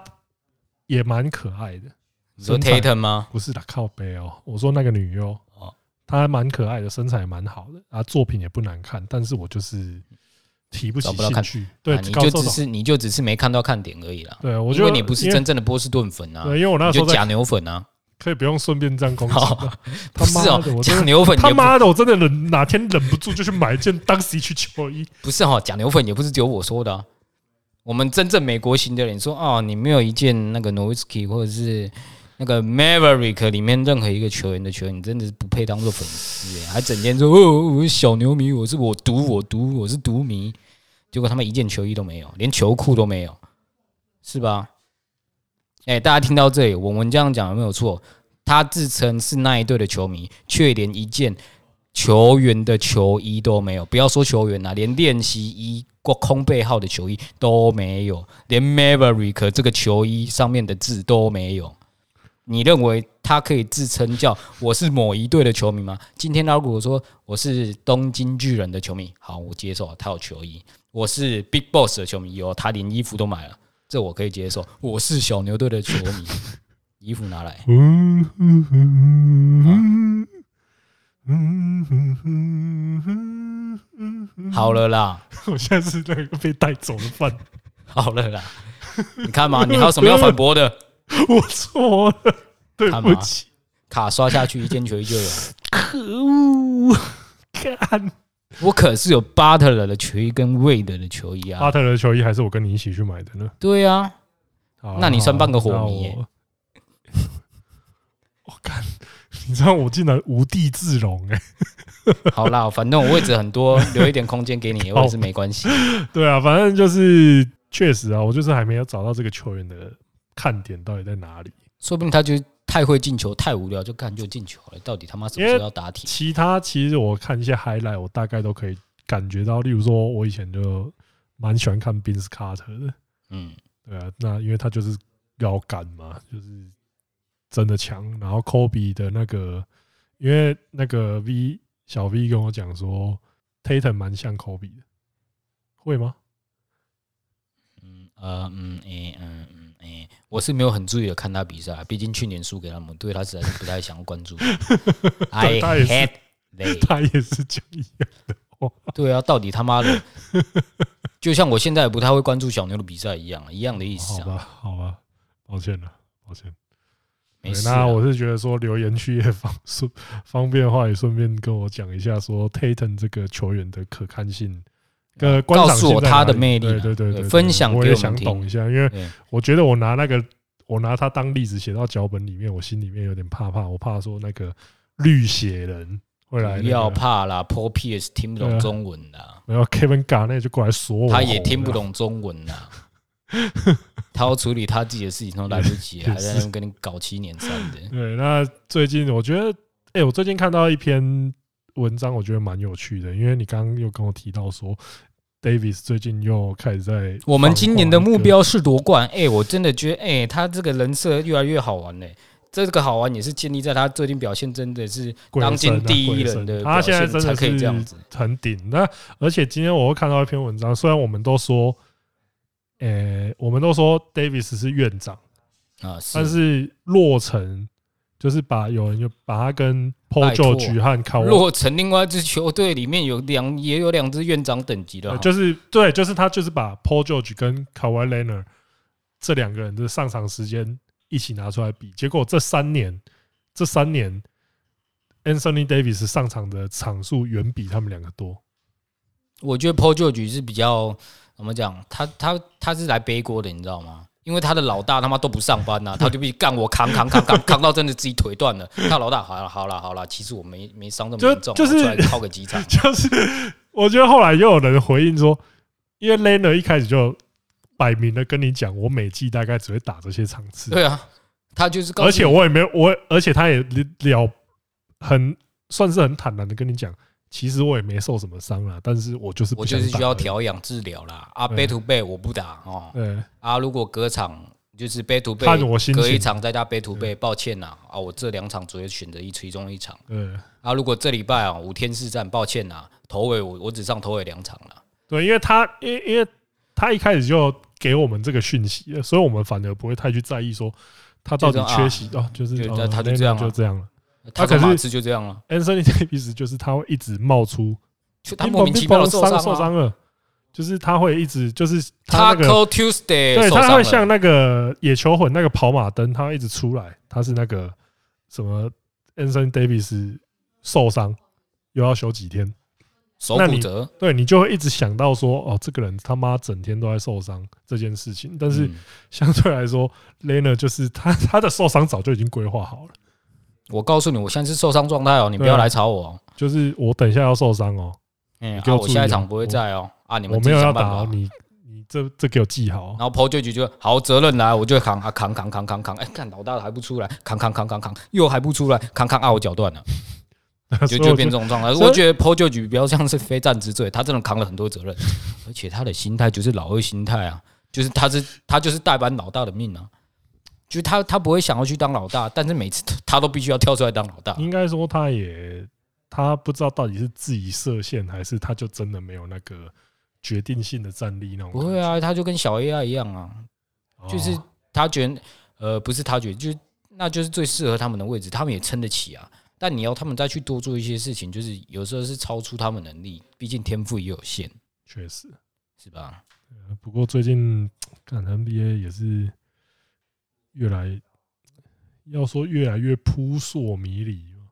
A: 也蛮可爱的。
B: 你说
A: 身材
B: Tatum 吗？
A: 不是啦，靠背哦、我说那个女优
B: 哦，
A: 她还蛮可爱的，身材也蛮好的，啊，作品也不难看，但是我就是提不
B: 找
A: 起
B: 不到
A: 兴
B: 看
A: 趣。对，
B: 啊你
A: 高
B: 就
A: 手
B: 只
A: 党
B: 是你就只是没看到看点而已啦。
A: 对，我
B: 因
A: 觉
B: 为
A: 得
B: 你不是真正的波士顿粉啊，
A: 对，因为我那
B: 你
A: 时候
B: 就
A: 在
B: 假牛粉啊，
A: 可以不用顺便这样攻击
B: 好
A: 她。他
B: 不 是
A: 妈
B: 哦
A: 的，，我
B: 假
A: 真的
B: 牛粉也
A: 他
B: 不
A: 妈的，我真的忍哪天忍不住就去买一件当时去球衣。
B: 不是哈、假牛粉也不是只有我说的、啊。我们真正美国型的人说哦，你没有一件那个 Nowitzki 或者是那个 Maverick 里面任何一个球员的球员，你真的是不配当做粉丝欸耶，还整天说哦，我是小牛迷，我是我毒我毒我是毒迷，结果他们一件球衣都没有，连球裤都没有，是吧？哎、大家听到这里，我们这样讲有没有错？他自称是那一队的球迷，却连一件球员的球衣都没有，不要说球员啦、啊连练习衣、过空背号的球衣都没有，连 Maverick 这个球衣上面的字都没有。你认为他可以自称叫我是某一队的球迷吗？今天如果说我是东京巨人的球迷，好，我接受他有球衣；我是 Big Boss 的球迷，有他连衣服都买了，这我可以接受。我是小牛队的球迷，衣服拿来。
A: 嗯嗯嗯嗯嗯嗯嗯，
B: 好了啦，
A: 我现在是那个被带走的饭，
B: 好了啦，你看嘛，你还有什么要反驳的？
A: 我错了，对不起，
B: 卡刷下去一件球衣就有。
A: 可恶！看
B: 我可是有 Butler 的球衣跟 Wade 的球衣
A: 巴
B: 啊。
A: 特勒球衣还是我跟你一起去买的呢。
B: 对啊，
A: 好
B: 那你算半个火
A: 那
B: 迷耶
A: 我 我看，你知道我竟然无地自容哎、
B: 好啦，反正我位置很多，留一点空间给 你，我也是没关系。
A: 对啊，反正就是确实啊，我就是还没有找到这个球员的看点到底在哪里。
B: 说不定他就太会进球，太无聊，就干就进球了。到底他妈什么时候要打铁？
A: 其他其实我看一些 highlight，我大概都可以感觉到，例如说我以前就蛮喜欢看 b i n s Carter 的，
B: 嗯，
A: 对啊，那因为他就是高干嘛，就是真的强。然后 Kobe 的那个，因为那个 V 小 V 跟我讲说，Tatum 蛮像 Kobe 的，会吗？
B: 嗯呃嗯诶嗯嗯诶，我是没有很注意的看他比赛，毕竟去年输给他们，对他实在是不太想关 注。I
A: 他也是
B: hate they。
A: 他也是讲一样。
B: 对啊，到底他妈 的，就像我现在也不太会关注小牛的比赛一样，一样的意思
A: 好
B: 啊。
A: 吧，好吧，抱歉了，抱歉。
B: 没
A: 对
B: 事啊
A: 那我是觉得说，留言区也方顺方便的话，也顺便跟我讲一下说 Tatum 这个球员的可看性。呃，观赏
B: 啊告诉
A: 性
B: 我
A: 在
B: 他
A: 哪
B: 的
A: 里
B: 魅力
A: 对
B: 啦
A: 对对
B: 对
A: 对，
B: 分
A: 对
B: 享
A: 我
B: 给
A: 也
B: 我们
A: 想
B: 听
A: 懂一下，因为
B: 对
A: 我觉得我拿那个我拿他当例子写到脚本里面，我心里面有点怕怕，我怕说那个绿血人会来、那
B: 不要
A: 个，
B: 怕啦，Paul Pierce 听不
A: 对
B: 懂
A: 啊
B: 中文啦，
A: 然后 Kevin Garnett 就过来锁我，
B: 他也听不，懂中文啦，
A: 哦
B: 他要处理他自己的事情都来不及，啊
A: 也
B: 还在那边跟你搞七年三的。
A: 对，那最近我觉得，哎、我最近看到一篇文章，我觉得蛮有趣的，因为你刚刚又跟我提到说，Davis 最近又开始在
B: 我们今年的目
A: 放话
B: 标是夺冠，哎，我真的觉得，哎，他这个人设越来越好玩嘞。这个好玩也是建立在他最近表现真的是
A: 鬼
B: 当今
A: 神啊
B: 第一
A: 鬼
B: 人
A: 神
B: 的
A: 他
B: 表
A: 现在
B: 现
A: 真
B: 才
A: 的
B: 可以这样
A: 是
B: 子。
A: 很顶。那而且今天我又看到一篇文章，虽然我们都说，呃、我们都说 Davis 是院长，
B: 啊，
A: 但是洛城就是把有人就把他跟 Paul
B: 拜托
A: George 和 c a w
B: 洛城另外一支球队里面有两也有两支院长等级的
A: 呃
B: 哈，
A: 就是对，就是他就是把 Paul George 跟 Kawhi Leonard 这两个人的上场时间一起拿出来比，结果这三年这三年 Anthony Davis 上场的场数远比他们两个多。
B: 我觉得 Paul George 是比较怎么讲，他他他是来背锅的，你知道吗？因为他的老大他妈都不上班呐、 他就必须干我扛扛扛扛扛到真的自己腿断了。他老大好了好了好了，其实我没没伤这么
A: 就
B: 严重，
A: 就是 。
B: 我出来靠个几场
A: 就是我觉得后来又有人回应说，因为 Lena 一开始就摆明了跟你讲，我每季大概只会打这些场次，
B: 对啊，他就是告诉
A: 而且
B: 你
A: 我也没有我，而且他也了很算是很坦然的跟你讲，其实我也没受什么伤啦，但是我就是不
B: 我就是
A: 想打
B: 需要
A: 而已。
B: 调养治疗啦。啊
A: 嗯
B: ，back to back 我不打哦。
A: 对，
B: 啊，如果隔场就是 back to
A: 看我
B: back，
A: 心情
B: 隔一场再加 back to back，抱歉呐，啊，我这两场只会选择一其中一场。
A: 对，
B: 啊，如果这礼拜啊五天四战，抱歉呐，头尾我我只上头尾两场了。
A: 对，因为他，因为因为他一开始就给我们这个讯息了，所以我们反而不会太去在意说他到底
B: 就这样啊
A: 缺席哦，就是
B: 就
A: 哦
B: 他就
A: Lena
B: 这样啊
A: 就这样了。
B: 他
A: 他
B: 跟
A: 可是
B: 马刺就这样了，
A: Anthony Davis 就是他会一直冒出，
B: 就他莫名其妙的受
A: 伤
B: 伤啊。
A: 伤了，就是他会一直就是他那个，
B: Taco Tuesday
A: 对，
B: 受
A: 他会
B: 伤
A: 像
B: 了，
A: 那个野球魂那个跑马灯，他会一直出来，他是那个什么 Anthony Davis 受伤又要休几天，
B: 手
A: 那
B: 骨
A: 你
B: 折。
A: 对你就会一直想到说，哦，这个人他妈整天都在受伤这件事情。但是
B: 嗯
A: 相对来说 l e n a 就是他 他的受伤早就已经规划好了，
B: 我告诉你，我现在是受伤状态哦，你不
A: 对
B: 要
A: 啊
B: 来吵我哦。
A: 就是我等一下要受伤哦，
B: 嗯，
A: 给
B: 啊，
A: 我
B: 我
A: 注意
B: 下一
A: 哦
B: 场不会
A: 我
B: 在哦。啊，你们
A: 我
B: 自
A: 没
B: 己
A: 有要
B: 想办
A: 打
B: 法
A: 哦。你，你这这给我记好哦
B: 然。后 PO 就觉得好责任来，我就扛啊扛扛扛扛扛，哎，看老大还不出来，扛扛扛扛扛，又还不出来，扛扛啊，我脚断了，就
A: 所以
B: 哦就
A: 我
B: 变
A: 就
B: 这种状态。
A: 所以
B: 我觉得 PO 就比较像是非战之罪，他真的扛了很多责任，而且他的心态就是老二心态啊，就是他是他就是代班老大的命啊，就是他他不会想要去当老大，但是每次他他都必须要跳出来当老大。
A: 应该说他也他不知道到底是自己设限，还是他就真的没有那个决定性的战力那种。
B: 不会，啊，他就跟小 AI 一样啊，
A: 哦
B: 就是他觉得，呃，不是他觉得，就是那就是最适合他们的位置，他们也撑得起啊。但你要他们再去多做一些事情，就是有时候是超出他们能力，毕竟天赋也有限，
A: 确实。
B: 是吧？
A: 不过最近看 NBA 也是越来，要说越来越扑朔迷离嘛，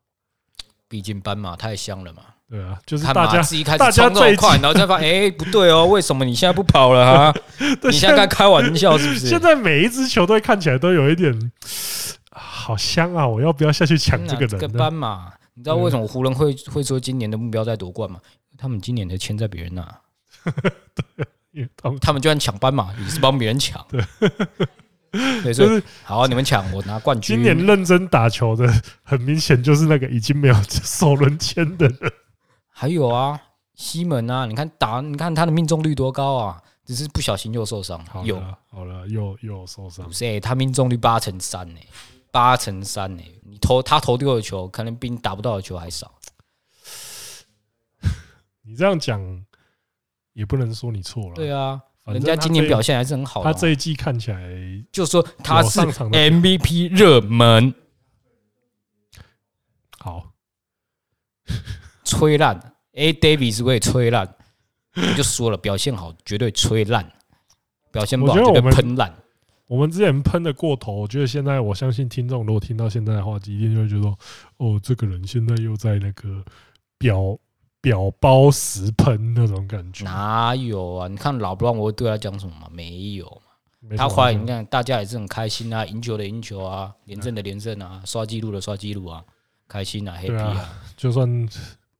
B: 毕竟斑马太香了嘛，
A: 对啊，就是
B: 看
A: 大
B: 马
A: 家
B: 自一开始
A: 大家
B: 冲这么
A: 最
B: 快，然后再发现，哎、不对哦，为什么你现在不跑了 啊？
A: 对
B: 你现在在开玩笑是不 是？
A: 现在每一支球队看起来都有一点啊好香啊！我要不要下去抢
B: 嗯啊
A: 这个
B: 这个
A: 人呢？嗯
B: 斑马，你知道为什么湖人会会说今年的目标在夺冠吗？他们今年的签在别人那、
A: 因为他们
B: 他们就算抢斑马，也是帮别人抢。对，所
A: 就
B: 以
A: 是
B: 好、啊你们抢，我拿冠军。
A: 今年认真打球的，很明显就是那个已经没有首轮签的人。
B: 还有啊，西门啊，你看打，你看他的命中率多高啊，只是不小心又受伤
A: 好。
B: 有
A: 了，好了，又又受伤
B: 不。是、欸？他命中率八成三呢、八成三呢、欸你投他投丢的球，可能比你打不到的球还少。
A: 你这样讲也不能说你错了。
B: 对啊，
A: 反
B: 人
A: 正他
B: 家今年
A: 这
B: 表现还是很好的
A: 他
B: 啊、
A: 这一季看起来
B: 就说他
A: 有
B: 是
A: 上场的
B: MVP 热门，
A: 好，
B: 吹烂。A Davis 我也吹烂，你就说了，表现好绝对吹烂，表现不好
A: 我觉得
B: 绝
A: 我
B: 对
A: 们
B: 喷烂。
A: 我们之前喷的过头，我觉得现在我相信听众如果听到现在的话，一定就会觉得说，哦，这个人现在又在那个表表包实喷那种感觉。
B: 哪有啊？你看老布朗，我对他讲什么吗？没有嘛。
A: 没什
B: 他
A: 么
B: 回来，
A: 好讲
B: 你看大家也是很开心啊，赢球的赢球啊，连胜的连胜啊，刷记录的刷记录啊，开心啊，happy
A: 对啊
B: 啊。
A: 就算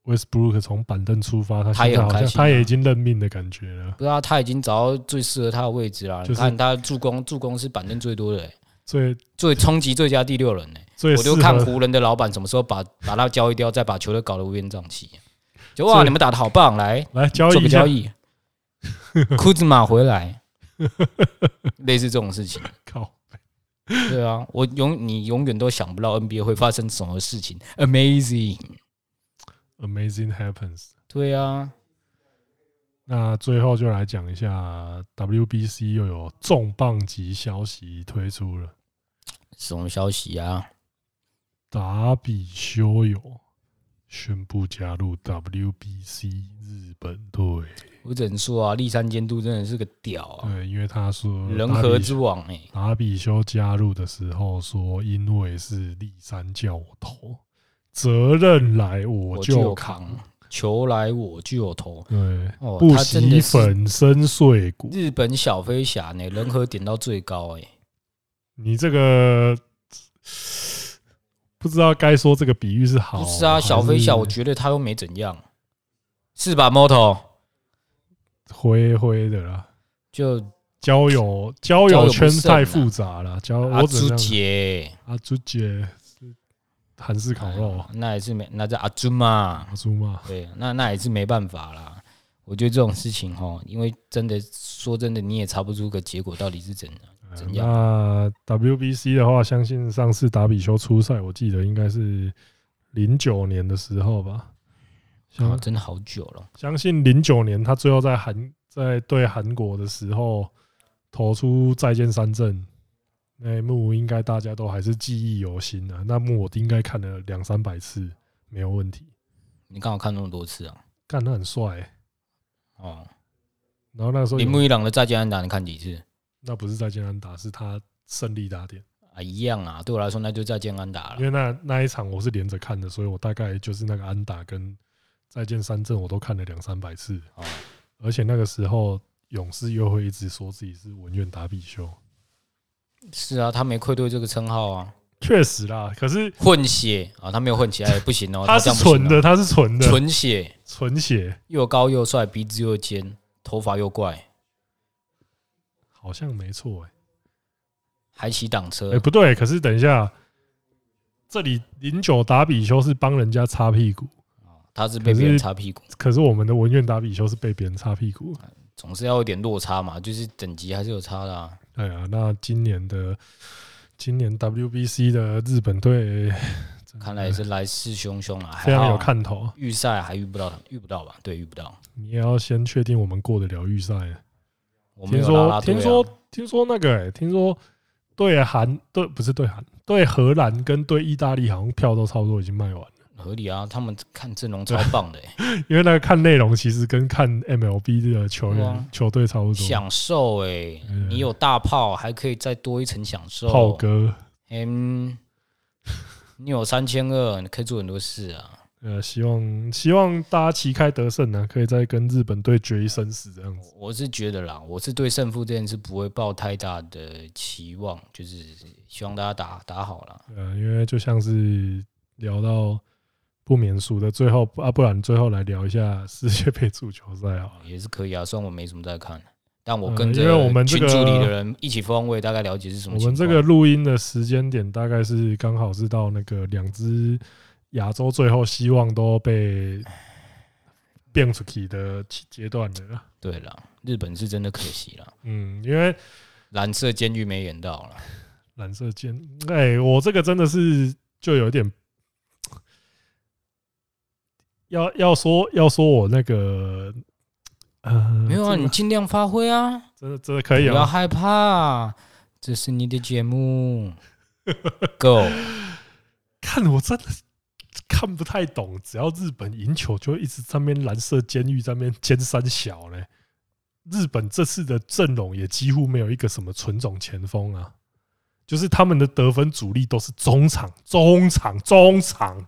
A: Westbrook 从板凳出发，他
B: 他也
A: 现在
B: 很
A: 好
B: 开
A: 像
B: 心
A: 他
B: 啊
A: 也已经认命的感觉了。
B: 不知道他已经找到最适合他的位置了。
A: 就
B: 你
A: 是
B: 看他助攻，助攻是板凳最多的欸、
A: 最
B: 最冲击最佳第六人呢、欸
A: 最
B: 我
A: 适
B: 就看
A: 合
B: 湖人的老板什么时候把把他交易掉，再把球队搞得乌烟瘴气。就
A: 所
B: 哇，
A: 以
B: 你们打的好棒，来
A: 来交
B: 做
A: 易
B: 个
A: 一下
B: 交，易， 库兹马回来， 类似这种事情。
A: 靠，
B: 对啊，我永你永远都想不到 NBA 会发生什么事情，amazing。
A: Amazing happens。
B: 对啊，
A: 那最后就来讲一下 WBC 又有重磅级消息推出了，
B: 什么消息啊？
A: 达比修友宣布加入 WBC 日本队。
B: 我只能说啊，立山监督真的是个屌啊，
A: 对，因为他说
B: 人
A: 达比
B: 和之王哎、
A: 达比修加入的时候说，因为是立山叫我投，责任来我
B: 我
A: 就
B: 就
A: 扛。
B: 扛，球来我就投。
A: 对，
B: 哦，
A: 不
B: 他真
A: 惜
B: 的是
A: 粉身碎骨。
B: 日本小飞侠呢，人和点到最高哎、
A: 你这个不知道该说这个比喻是好，
B: 不是啊，小
A: 还
B: 飞
A: 是
B: 侠，我觉得他又没怎样，是吧，Moto？
A: 灰灰的啦。
B: 就
A: 交友交
B: 交友
A: 友
B: 不
A: 圈
B: 慎
A: 太
B: 啊
A: 复杂了，交
B: 阿
A: 我只能
B: 朱
A: 这样
B: 姐，
A: 阿朱姐是韩式烤肉啊，
B: 那也是没，那叫阿朱嘛
A: 阿。朱嘛，
B: 对，那那也是没办法啦。我觉得这种事情哦，因为真的说真的，你也查不出个结果到底是怎的。
A: 呃
B: 怎样
A: 那 WBC 的话，相信上次达比修初赛，我记得应该是零九年的时候吧。
B: 哦，
A: 相
B: 真的好久了。
A: 相信零九年他最后在韩在对韩国的时候投出再见三振那一幕，应该大家都还是记忆犹新的、那幕我应该看了两三百次，没有问题。
B: 你刚好看那么多次啊？
A: 干他很帅欸、
B: 哦，
A: 然后那时候有
B: 铃木一朗的再见安打，你看几次？
A: 那不是再见安打，是他胜利打点。
B: 啊，一样啊。对我来说，那就再见安打
A: 因
B: 了。
A: 为那那一场我是连着看的，所以我大概就是那个安打跟再见三振我都看了两三百次。
B: 哦，
A: 而且那个时候勇士又会一直说自己是文苑达比修，
B: 是啊，他没愧对这个称号啊。
A: 确实啦。可是
B: 混血啊，他没有混血，哎，不行哦，
A: 他
B: 这
A: 是
B: 样不行哦
A: 纯的，，他是纯的，
B: 纯血，
A: 纯血，
B: 又高又帅，鼻子又尖，头发又怪，
A: 好像没错哎。
B: 欸还骑挡车
A: 哎，。不对，可是等一下，这里零九达比修是帮人家擦屁股，
B: 哦他是被别人擦屁股，
A: 可是我们的文苑达比修是被别人擦屁股。
B: 哎总是要有点落差嘛，就是等级还是有差的啊。
A: 哎呀，那今年的今年 WBC 的日本队，真的
B: 看来也是来势汹汹啊，
A: 非
B: 还
A: 常有
B: 好
A: 看头。
B: 预赛还遇不到，遇不到吧？对，遇不到。
A: 你也要先确定我们过得了预赛。
B: 我
A: 听
B: 们有拉拉
A: 说
B: 队
A: 听
B: 啊
A: 说听说那个、欸，听说对韩对不是对韩对荷兰跟对意大利好像票都差不多已经卖完了，
B: 合理啊，他们看阵容超棒的、欸，
A: 因为那个看内容其实跟看 MLB 的球
B: 对啊
A: 员球队差不多。
B: 享受哎、
A: 嗯
B: 你有大炮，还可以再多一层享受。
A: 炮哥，
B: 嗯， 你有三千二，你可以做很多事啊。
A: 呃，希望希望大家旗开得胜呢、可以再跟日本队决一生死这样子。
B: 我是觉得啦，我是对胜负这件事不会抱太大的期望，就是希望大家打打好了。
A: 呃，因为就像是聊到不免俗的最后啊，不然最后来聊一下世界杯足球赛好了。
B: 也是可以啊，虽然我没什么在看，但我跟
A: 嗯
B: 着
A: 因为我们这
B: 群
A: 个
B: 组里的人一起疯，我也大概了解是什么
A: 我
B: 情
A: 们
B: 况。
A: 这个录音的时间点大概是刚好是到那个两支亚洲最后希望都被变出去的期阶段的啦。
B: 对了，日本是真的可惜了，
A: 嗯，因为
B: 蓝色监狱没演到了。
A: 蓝色剑，哎、我这个真的是就有点要要说要说我那个呃，
B: 没有啊，
A: 这个
B: 你尽量发挥啊。
A: 真的真的可以
B: 不要
A: 啊，
B: 害怕，这是你的节目。Go，
A: 看我真的看不太懂，只要日本赢球，就一直在那边蓝色监狱在那边尖三小嘞。日本这次的阵容也几乎没有一个什么纯种前锋啊，就是他们的得分主力都是中场、中场、中场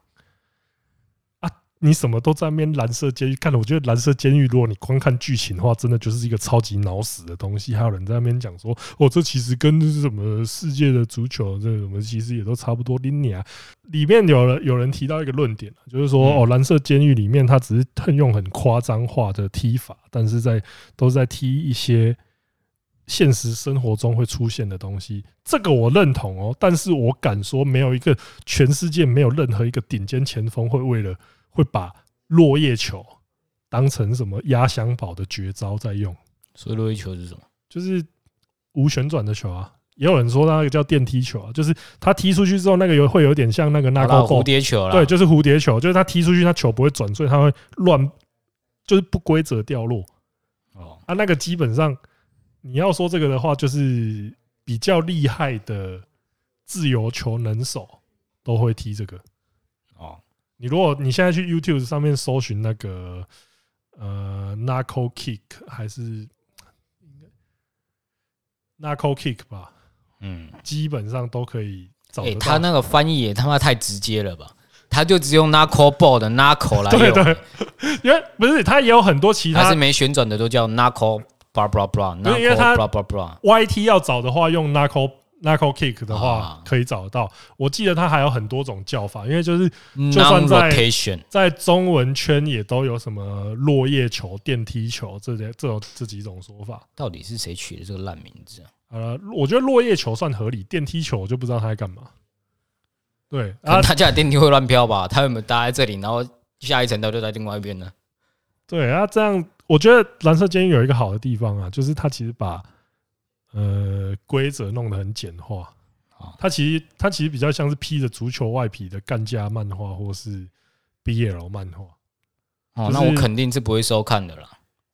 A: 啊！你什么都在那边蓝色监狱看了，我觉得蓝色监狱，如果你光看剧情的话，真的就是一个超级脑死的东西。还有人在那边讲说，哦，这其实跟什么世界的足球这什么其实也都差不多。拎你啊，里面有人有人提到一个论点，就是说
B: 嗯
A: 哦，蓝色监狱里面他只是很用很夸张化的踢法，但是在都是在踢一些现实生活中会出现的东西。这个我认同哦，但是我敢说，没有一个全世界没有任何一个顶尖前锋会为了会把落叶球当成什么压箱宝的绝招在用，
B: 所以落一球是什么？
A: 就是无旋转的球啊。也有人说那个叫电梯球啊，就是他踢出去之后，那个有会有点像那个
B: 好
A: 那
B: 啦
A: 高
B: 蝴蝶球啦。
A: 对，就是蝴蝶球，就是他踢出去，他球不会转，所以他会乱，就是不规则掉落
B: 哦，
A: 啊。那个基本上你要说这个的话，就是比较厉害的自由球能手都会踢这个。
B: 哦，
A: 你如果你现在去 YouTube 上面搜寻那个呃 knuckle kick 还是 knuckle kick 吧，
B: 嗯，
A: 基本上都可以找
B: 哎，
A: 得
B: 他
A: 到。
B: 那个翻译也他妈太直接了吧？他就只用 knuckle ball 的 knuckle 来
A: 对
B: 用，
A: 对，因为不是他也有很多其
B: 还
A: 他
B: 是没旋转的都叫 knuckle blah blah blah
A: 对因为
B: knuckle
A: 他
B: blah blah blah。
A: YT 要找的话，用 knuckle knuckle kick 的话
B: 啊
A: 可以找得到。我记得它还有很多种叫法，因为就是就算
B: Non
A: 在
B: rotation
A: 在中文圈也都有什么落叶球、电梯球这些这种这几种说法。
B: 到底是谁取的这个烂名字啊？
A: 呃，我觉得落叶球算合理，电梯球我就不知道它在干嘛。对
B: 可
A: 啊
B: 能，他家的电梯会乱飘吧？他有没有搭在这里，然后下一层他就在另外一边呢？
A: 对啊，这样我觉得蓝色监狱有一个好的地方啊，就是它其实把呃规则弄得很简化
B: 好。
A: 它其实它其实比较像是披着足球外皮的干架漫画或是 BL 漫画，就，
B: 哦那我
A: 是
B: 肯定是不会收看的啦。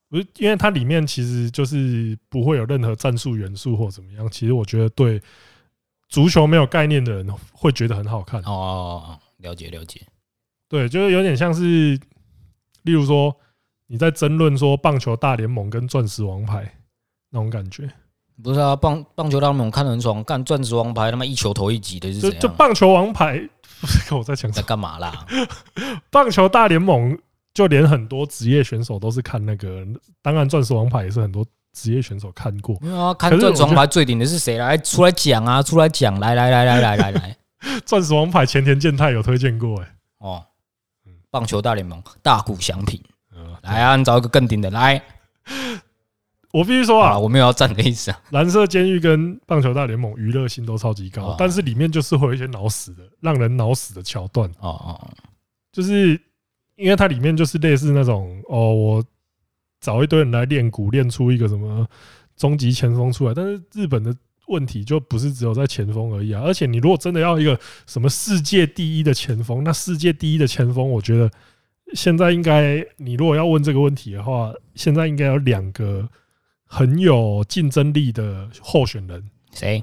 A: 不是因为它里面其实就是不会有任何战术元素或怎么样。其实我觉得对足球没有概念的人会觉得很好看
B: 哦。哦，哦了解了解。
A: 对，就是有点像是，例如说你在争论说棒球大联盟跟钻石王牌那种感觉，
B: 不是啊，棒棒球大联盟看得很爽，干钻石王牌他妈一球投一级的是
A: 就
B: 怎
A: 就
B: 样？啊
A: 棒球王牌， 我在讲什
B: 在
A: 么？
B: 干嘛啦？
A: 棒球大联盟就连很多职业选手都是看那个，当然钻石王牌也是很多职业选手看过，
B: 没有啊，看
A: 可是我
B: 钻石王牌最顶的是谁来？出来讲啊，出来讲，来来来来来来来，
A: 钻石王牌前田健太有推荐过、欸，哎，
B: 哦，
A: 嗯
B: 棒球大联盟大谷翔平，
A: 呃，
B: 来啊，你找一个更顶的来。
A: 我必须说
B: 啊，
A: 啊，
B: 我没有要站的意思啊。
A: 蓝色监狱跟棒球大联盟娱乐性都超级高
B: 哦，
A: 但是里面就是会有一些脑死的，让人脑死的桥段。
B: 哦哦，
A: 就是因为它里面就是类似那种哦，我找一堆人来练鼓，练出一个什么终极前锋出来。但是日本的问题就不是只有在前锋而已啊，而且你如果真的要一个什么世界第一的前锋，那世界第一的前锋，我觉得现在应该你如果要问这个问题的话，现在应该有两个很有竞争力的候选人。
B: 谁？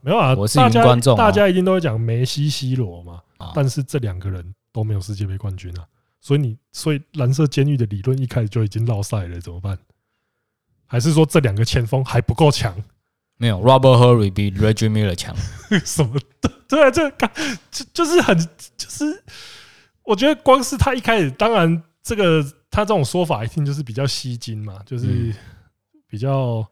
A: 没有啊，
B: 我是
A: 大
B: 云
A: 家
B: 观众哦
A: 大家一定都会讲梅西、C 罗嘛
B: 啊，
A: 但是这两个人都没有世界杯冠军啊，所以你所以蓝色监狱的理论一开始就已经落赛了，怎么办？还是说这两个前锋还不够强？
B: 没有，Robert Hurry 比 Reggie Miller 强。
A: 什么的？对啊，这个干就就是很就是，我觉得光是他一开始，当然这个他这种说法一听就是比较吸睛嘛，就是
B: 嗯
A: 比较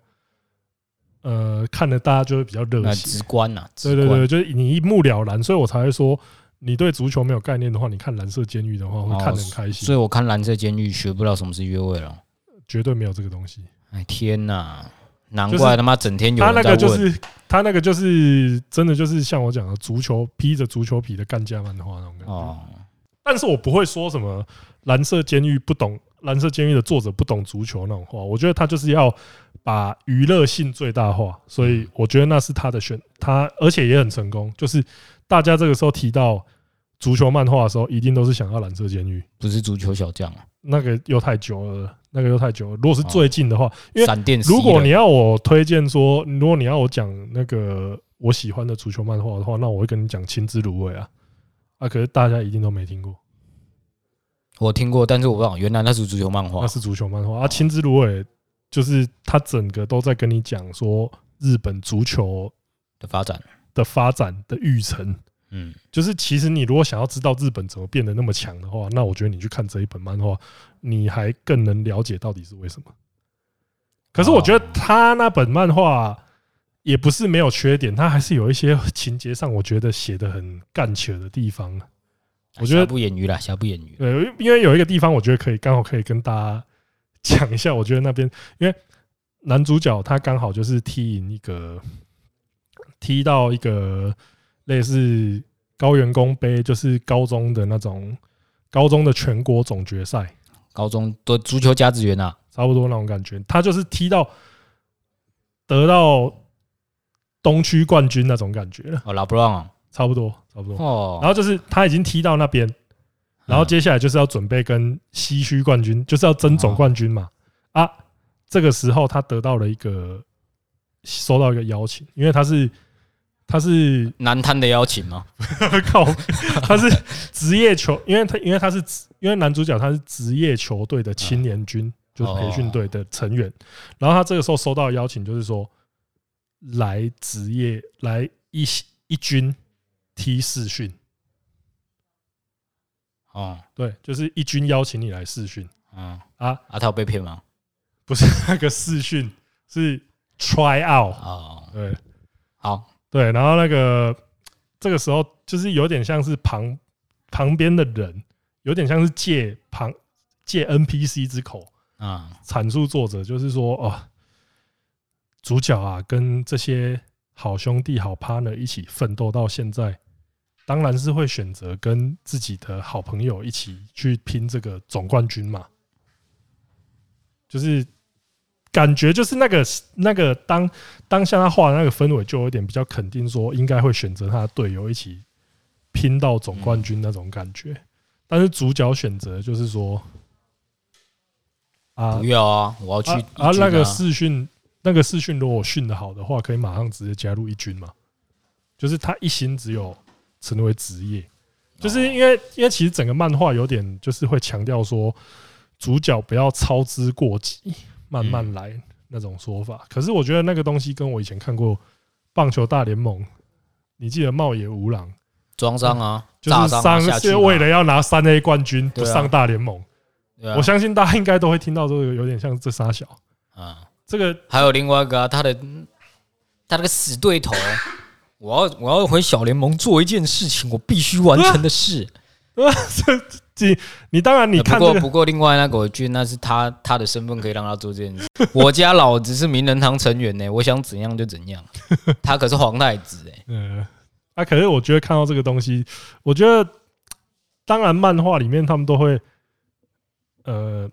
A: 呃看了大家就会比较热
B: 那
A: 血，
B: 直观呐、啊，
A: 对
B: 直
A: 对
B: 观
A: 对，就是你一目了然，所以我才会说，你对足球没有概念的话，你看蓝色监狱的话会
B: 哦
A: 看得很开
B: 所
A: 心，
B: 以我看《蓝色监狱》学不到什么是约会了。
A: 绝对没有这个东西。
B: 哎天哪，难
A: 就是
B: 怪他妈整天有
A: 他那
B: 人在
A: 个
B: 问。
A: 就是他那个就是真的就是像我讲的足球披着足球皮的干架漫画那种感觉。
B: 哦，
A: 但是我不会说什么蓝色监狱不懂蓝色监狱的作者不懂足球那种话，我觉得他就是要把娱乐性最大化，所以我觉得那是他的选他，而且也很成功。就是大家这个时候提到足球漫画的时候，一定都是想要蓝色监狱。
B: 不是足球小将、啊，
A: 那个又太久了，那个又太久了。如果是最近的话，因为
B: 闪电十一
A: 如
B: 人。
A: 果你要我推荐说，如果你要我讲那个我喜欢的足球漫画的话，那我会跟你讲《青之芦苇》啊啊！可是大家一定都没听过，
B: 我听过，但是我不知道，原来那是足球漫画
A: 那。是足球漫画啊，《青之芦苇》就是它整个都在跟你讲说日本足球
B: 的发展。
A: 的发展的育成。
B: 嗯，
A: 就是其实你如果想要知道日本怎么变得那么强的话，那我觉得你去看这一本漫画，你还更能了解到底是为什么。可是我觉得他那本漫画也不是没有缺点，他还是有一些情节上我觉得写的很干扯的地方。我觉得
B: 瑕不掩瑜啦，瑕不掩瑜。
A: 对，呃因为有一个地方我觉得可以刚好可以跟大家 讲一下，我觉得那边因为男主角他刚好就是踢赢一个踢到一个类似高员工杯，就是高中的那种高中的全国总决赛，
B: 高中的足球甲子园啊，
A: 差不多那种感觉。他就是踢到得到东区冠军那种感觉了，
B: 哦，老布朗啊
A: 差不多，差不多。
B: 哦，
A: 然后就是他已经踢到那边，然后
B: 嗯
A: 接下来就是要准备跟西区冠军，就是要争总冠军嘛。啊，这个时候他得到了一个收到一个邀请，因为他是他是
B: 南滩的邀请啊吗？
A: 靠 他是职业球，因为他因为他是职因为男主角他是职业球队的青年军，就是培训队的成员。然后他这个时候收到的邀请，就是说来职业来一一军踢试训。
B: 哦，
A: 对，就是一军邀请你来试训，
B: 嗯
A: 啊
B: 阿涛被骗吗？
A: 不是那个试训，是 try out。
B: 哦，
A: 对，
B: 好，
A: 对，然后那个这个时候就是有点像是旁旁边的人，有点像是借旁借 NPC 之口
B: 啊，
A: 阐述作者，就是说哦，主角啊跟这些好兄弟、好 partner 一起奋斗到现在，当然是会选择跟自己的好朋友一起去拼这个总冠军嘛。就是感觉就是那个那个当当下他画的那个氛围，就有点比较肯定说应该会选择他的队友一起拼到总冠军那种感觉。但是主角选择就是说啊
B: 不要啊，我要去
A: 啊
B: 一
A: 啊
B: 军
A: 那个视讯那个视讯如果我训的好的话，可以马上直接加入一军嘛。就是他一心只有成为职业，就是因为因为其实整个漫画有点就是会强调说主角不要操之过急，慢慢来那种说法。可是我觉得那个东西跟我以前看过《棒球大联盟》，你记得茂野无郎
B: 装伤
A: 嗯
B: 啊，
A: 就
B: 炸
A: 是
B: 伤
A: 三
B: 啊下去
A: 是
B: 嘛
A: 为了要拿三 A 冠军不
B: 对啊
A: 上大联盟，
B: 对啊
A: 我相信大家应该都会听到这个有点像这仨小
B: 啊，
A: 这个
B: 还有另外一个啊，他的他那个死对 头，我要我要回小联盟做一件事情，我必须完成的事。
A: 你当然你
B: 呃
A: 看
B: 不
A: 这
B: 过
A: 个
B: 不过另外那个，我觉得那是他他的身份可以让他做这件事。 我家老子是名人堂成员呢，我想怎样就怎样。 他可是皇太子哎，
A: 呃，啊，可是我觉得看到这个东西，我觉得当然漫画里面他们都会呃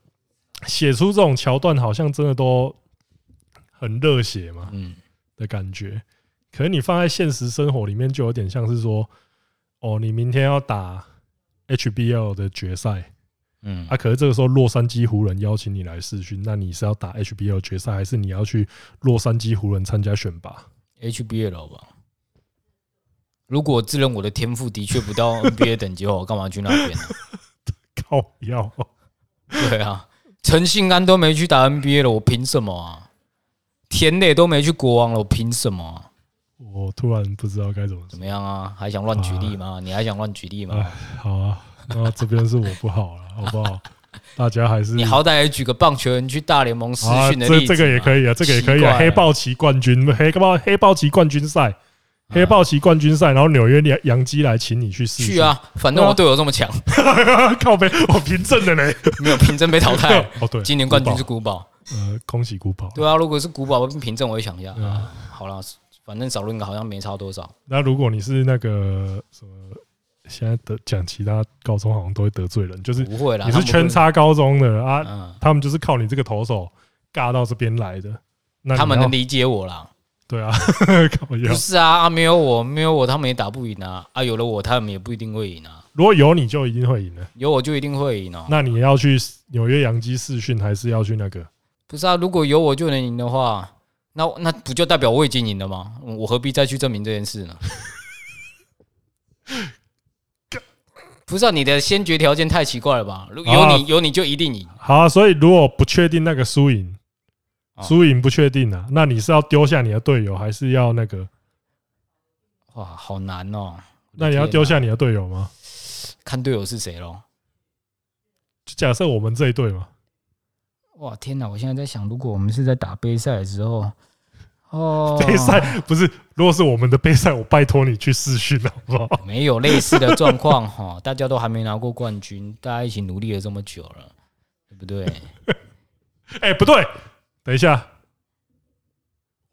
A: 写出这种桥段，好像真的都很热血嘛
B: 嗯，
A: 的感觉。可是你放在现实生活里面，就有点像是说，哦，你明天要打 HBL 的决赛
B: 嗯
A: 啊，可是这个时候洛杉矶湖人邀请你来试训，那你是要打 HBL 决赛，还是你要去洛杉矶湖人参加选拔？
B: ，HBL 吧。如果我自认我的天赋的确不到 NBA 等级的话，我干嘛去那边呢？啊
A: 靠，要。
B: 对啊，陈信安都没去打 NBA 了，我凭什么啊？田磊都没去国王了，我凭什么啊、
A: 我突然不知道该怎么说。
B: 怎么样啊？还想乱举例吗？你还想乱举例吗
A: 哎？，好啊，那这边是我不好了， 好不好？大家还是
B: 你好歹也举个棒球员去大联盟实
A: 好啊，
B: 训的例
A: 这
B: 子、
A: 这个也可
B: 以，
A: 以啊，这个也可以
B: 奇
A: 啊。
B: 怪
A: 黑豹旗冠军，黑豹黑豹旗冠军赛，
B: 啊
A: 黑豹旗冠军赛，然后纽约洋洋基来请你去试
B: 去！啊！反正我队友这么 强，
A: 啊靠背，我凭证的嘞。
B: 没有凭证被淘汰。
A: 哦，对，
B: 今年冠军是
A: 古
B: 古堡，
A: 堡呃，恭喜古堡。
B: 对啊，如果是古堡，我凭证我也想一下。
A: 嗯
B: 啊好了，反正少论好像没差多少。
A: 那如果你是那个什么，现在得讲其他高中好像都会得罪人，就是
B: 不会啦，
A: 你
B: 哦他
A: 是
B: 们不
A: 圈差高中的啊，
B: 嗯，
A: 他们就是靠你这个投手尬到这边来的。那你
B: 他们
A: 要
B: 能理解我啦。
A: 对啊， 靠腰
B: 不是啊，啊没有我，没有我，他们也打不赢啊。啊，有了我，他们也不一定会赢啊。
A: 如果有你就一定会赢的。
B: 有我就一定会赢哦。
A: 那你要去纽约洋基试训，还是要去那个？
B: 不是啊，如果有我就能赢的话，那那不就代表我已经赢了吗？我何必再去证明这件 事呢？不是啊，你的先决条件太奇怪了吧？如有
A: 啊
B: 你有你就一定赢，
A: 好、啊，所以如果不确定那个输赢，
B: 哦
A: 输赢不确定啊，那你是要丢下你的队友，还是要那个？
B: 哇，好难哦。
A: 那你要
B: 我的天啊
A: 丢下你的队友吗？
B: 看队友是谁咯。
A: 就假设我们这一队嘛，
B: 哇，天哪！我现在在想，如果我们是在打杯赛的时候，哦，
A: 杯赛不是，如果是我们的杯赛，我拜托你去试训好不好？
B: 没有类似的状况哈，大家都还没拿过冠军，大家一起努力了这么久了，对不对？
A: 哎、不对，等一下，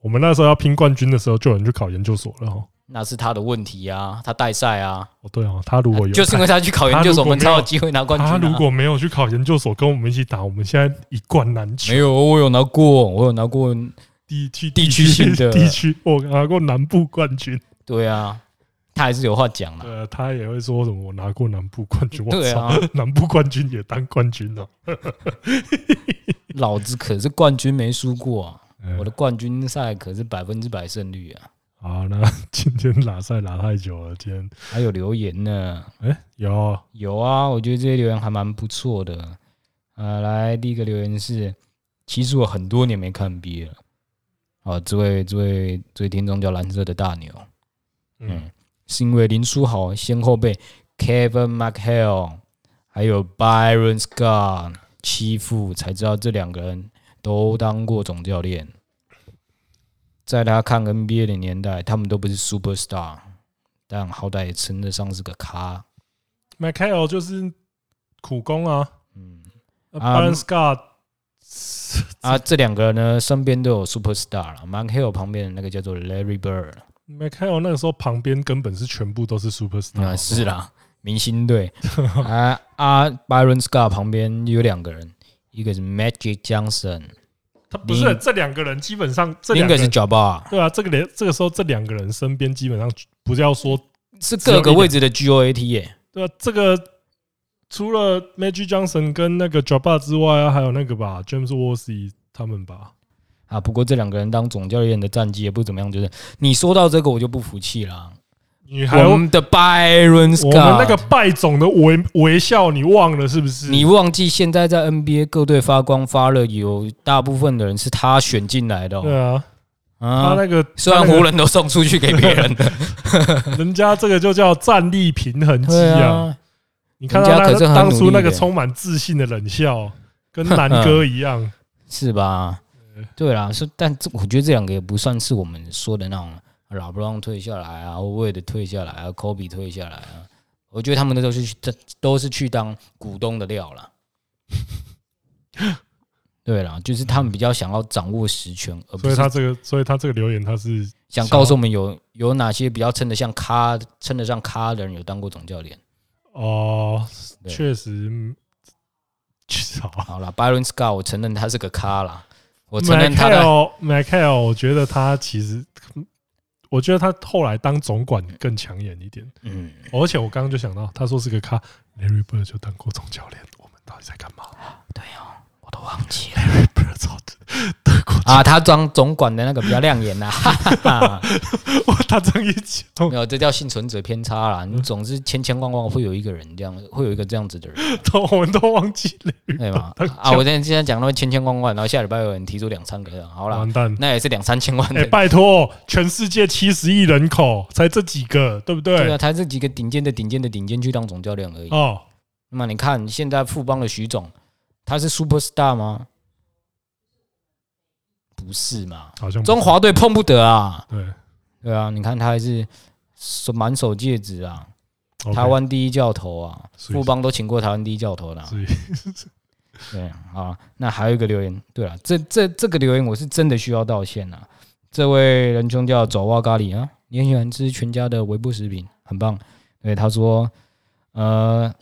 A: 我们那时候要拼冠军的时候，就有人去考研究所了哦。
B: 那是他的问题啊，他带赛啊，
A: 哦，对哦，他如果有
B: 就是因为他去考研究
A: 他如
B: 所，我
A: 果
B: 们
A: 没
B: 才
A: 有
B: 有机会拿冠军、啊。
A: 他如果没有去考研究所，跟我们一起打，我们现在一冠难求
B: 没。有，我有拿过，我有拿过，
A: 地区
B: 地区性的
A: 地区，我拿过南部冠军。
B: 对啊，他还是有话讲啦。
A: 呃，他也会说什么我拿过南部冠军，我
B: 对
A: 操，
B: 啊，
A: 南部冠军也当冠军哦了。
B: 老子可是冠军没输过、啊，
A: 呃
B: 我的冠军赛可是百分之百胜率啊，
A: 好，那今天拉赛拉太久了，今天
B: 还有留言呢。
A: 哎有
B: 有啊，我觉得这些留言还蛮不错的。呃，来第一个留言是，其实我很多年没看 B 了。啊，这位这位这位听众叫蓝色的大牛，
A: 嗯
B: 嗯，是因为林书豪先后被 Kevin McHale 还有 Byron Scott 欺负，才知道这两个人都当过总教练。在他看 NBA 的年代，他们都不是 super star，但好歹也称得上是个咖。
A: Michael 就是苦工啊
B: 嗯，啊
A: b a l a n c e God
B: 啊，这两个呢，身边都有 super star 了。Mark Hill 旁边的那个叫做 Larry Bird，
A: Michael 那个时候旁边根本是全部都是 superstar，、
B: 啊，是啦，明星队 啊啊，Byron Scott 旁边有两个人，一个是 Magic Johnson，
A: 他不是
B: 另
A: 这两个人基本上这
B: 另一
A: 两
B: 个
A: 个
B: 是
A: 人
B: Jabbar，
A: 对啊，这个连这个时候这两个人身边基本上不要说
B: 是
A: 只有一
B: 各个
A: 个
B: 位置的 GOAT 耶。
A: 对啊，这个除了 Magic Johnson 跟那个 Jabba 之外啊，还有那个吧 James Worthy 他们吧，
B: 啊，不过这两个人当总教练的战绩也不怎么样，就是你说到这个我就不服气啦。
A: 你还有
B: 我
A: 我们
B: 们的 Byron Scott，
A: 那个拜总的微微笑，你忘了是不是？
B: 你忘记现在在 NBA 各队发光发热，有大部分的人是他选进来的、
A: 对
B: 哦。
A: 啊，他
B: 啊，
A: 那个
B: 虽然
A: 他那
B: 湖人都送出去给别人 了，
A: 个人家这个就叫战力平衡机
B: 对
A: 啊，
B: 啊，
A: 你看到
B: 人家
A: 他
B: 可是很
A: 当初那
B: 努力
A: 个
B: 的
A: 充满自信的冷笑， 跟南哥一样。
B: 嗯是吧？
A: 嗯
B: 对啦，是，但这我觉得这两个也不算是我们说的那种老布朗退下来啊，后卫的退下来啊，科比退下来啊，我觉得他们都是去，这都是去当股东的料啦。 对啦，就是他们比较想要掌握实权，而不
A: 所以
B: 是
A: 他这个，所以他这个留言他是
B: 想告诉我们有有哪些比较称得像咖、称得上咖的人有当过总教练。
A: 哦，
B: 对
A: 确实，嗯确实好啊。
B: 好啦 b y r o n Scott，我承认他是个咖啦，我承认他的
A: Michael Michael，我觉得他其实，我觉得他后来当总管更抢眼一点。
B: 嗯，
A: 而且我刚刚就想到，他说是个咖，Larry Bird 就当过总教练，我们到底在干嘛
B: 我都忘记了。
A: ？Larry Bird 操德国
B: 啊，他当总管的那个比较亮眼 呐、哈哈哈。
A: 我他这样一讲
B: 没有，这叫幸存者偏差啦。你总是千千万万会有一个人这样，会有一个这样子的人，
A: 都我们都忘记了，
B: 对吗？啊，我现在现在讲那么千千万万，然后下礼拜有人提出两三个人，好啦，
A: 完蛋！
B: 那也是两三千万
A: 嗯哎、
B: 的。
A: 拜托，全世界七十亿人口，才这几个，对不对？
B: 对啊，他这几个顶尖的顶尖的顶尖去当总教练而已。
A: 哦，
B: 那么你看现在富邦的徐总，他是 super star 吗？不是嘛，
A: 好像不
B: 中华队碰不得啊。
A: 对
B: 对啊，你看他还是手满手戒指啊，
A: OK，
B: 台湾第一教头啊，
A: 所以
B: 富邦都请过台湾第一教头的啊、
A: 所以
B: 对，好，那还有一个留言，对了，这这这个留言我是真的需要道歉啊。这位仁兄叫爪哇咖喱啊，你很喜欢吃全家的微波食品，很棒。对，他说，呃，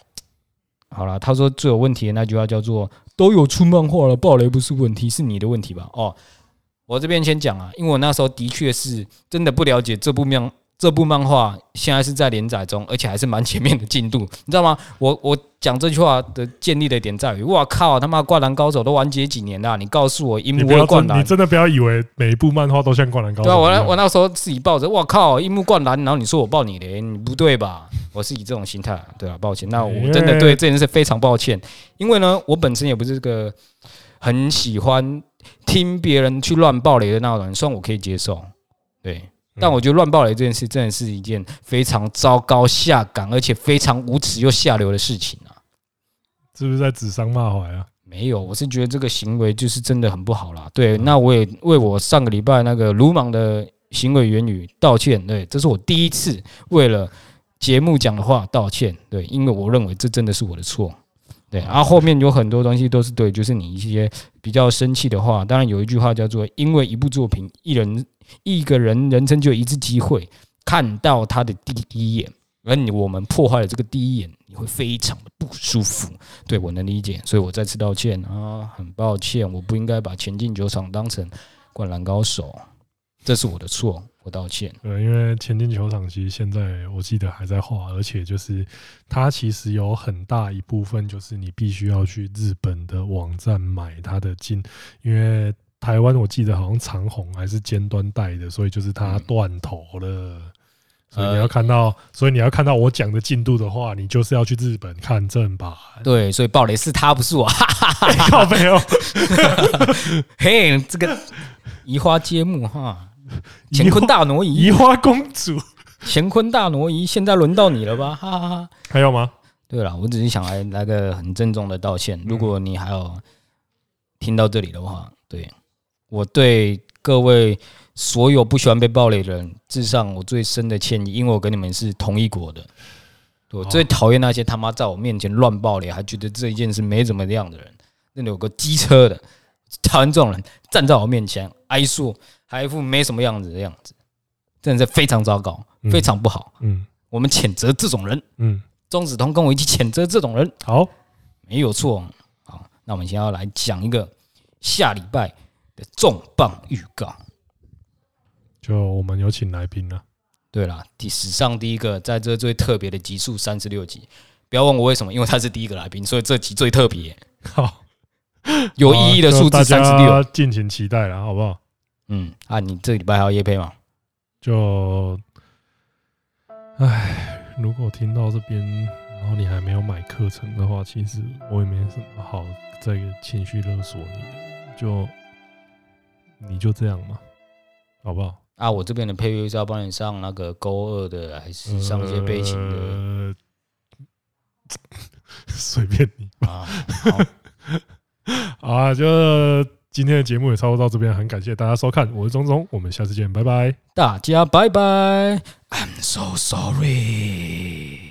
B: 好了，他说最有问题的那句话叫做“都有出漫画了，暴雷不是问题，是你的问题吧？”哦，我这边先讲啊，因为我那时候的确是真的不了解这部漫这部漫画现在是在连载中，而且还是蛮前面的进度，你知道吗？我我讲这句话的建立的点在于，哇靠，他妈《灌篮高手》都完结几年了、啊你告诉我，樱
A: 你
B: 木
A: 不要
B: 会灌
A: 真，
B: 篮
A: 你，真的不要以为每一部漫画都像《灌篮高手
B: 对啊，》我
A: 一
B: 那
A: 样。
B: 我那时候自己抱着，我靠，一目灌篮，然后你说我抱你嘞，你不对吧？ 我是以这种心态，对啊，抱歉，那我真的对这件事非常抱歉，因为呢，我本身也不是个很喜欢听别人去乱爆雷的那种人，虽然我可以接受，对，但我觉得乱爆雷这件事真的是一件非常糟糕、下岗，而且非常无耻又下流的事情啊。
A: 是不是在指桑骂槐啊？
B: 没有，我是觉得这个行为就是真的很不好啦。对，那我也为我上个礼拜那个鲁莽的行为言语道歉。对，这是我第一次为了节目讲的话道歉。对，因为我认为这真的是我的错。对，然、后后面有很多东西都是对，就是你一些比较生气的话。当然有一句话叫做“因为一部作品，一人一个人人生就有一次机会看到他的第一眼”，而你我们破坏了这个第一眼，你会非常的不舒服。对我能理解，所以我再次道歉啊，很抱歉，我不应该把前进球场当成灌篮高手，这是我的错，我道歉。
A: 对，因为前进球场其实现在我记得还在画，而且就是它其实有很大一部分就是你必须要去日本的网站买它的进，因为台湾我记得好像长虹还是尖端带的，所以就是它
B: 嗯
A: 断头了。所以你
B: 呃
A: 要看到，所以你要看到我讲的进度的话，你就是要去日本看正版。
B: 对，啊所以暴雷是他，不是我。 哈
A: 靠哦没有，
B: 嘿，这个移花接木哈，乾
A: 移花
B: 坤大挪移，
A: 移花公主
B: 乾坤大挪移，现在轮到你了吧？哈哈哈。
A: 还有吗？
B: 对了，我只是想来来个很郑重的道歉。如
A: 嗯
B: 果你还有听到这里的话，对我对各位所有不喜欢被暴雷的人，致上我最深的歉意，因为我跟你们是同一国的。对我
A: 哦
B: 最讨厌那些他妈在我面前乱暴雷，还觉得这一件事没怎么样的人，那里有个机车的，讨厌这种人站在我面前哀诉，还一副没什么样子的样子，真的是非常糟糕，
A: 嗯
B: 非常不好。
A: 嗯
B: 我们谴责这种人，
A: 嗯，
B: 钟子通跟我一起谴责这种人，
A: 好，
B: 没有错。好，那我们现在要来讲一个下礼拜的重磅预告。
A: 就我们有请来宾了。
B: 对啦，第史上第一个，在这最特别的集数三十六集。不要问我为什么，因为他是第一个来宾，所以这集最特别，
A: 好，
B: 有意义的数字
A: 好就
B: 三十
A: 大
B: 六。
A: 家敬请期待了，好不好？
B: 嗯，啊，你这个礼拜还要夜配吗？
A: 就，唉，如果听到这边，然后你还没有买课程的话，其实我也没什么好这个情绪勒索你的，就你就这样嘛，好不好？
B: 啊，我这边的配乐是要帮你上那个勾二的，还是上一些背景的、
A: 呃 随便你
B: 啊？好，
A: 好 啊！就今天的节目也差不多到这边，很感谢大家收看，我是钟钟，我们下次见，拜拜。
B: 大家拜拜，I'm so sorry。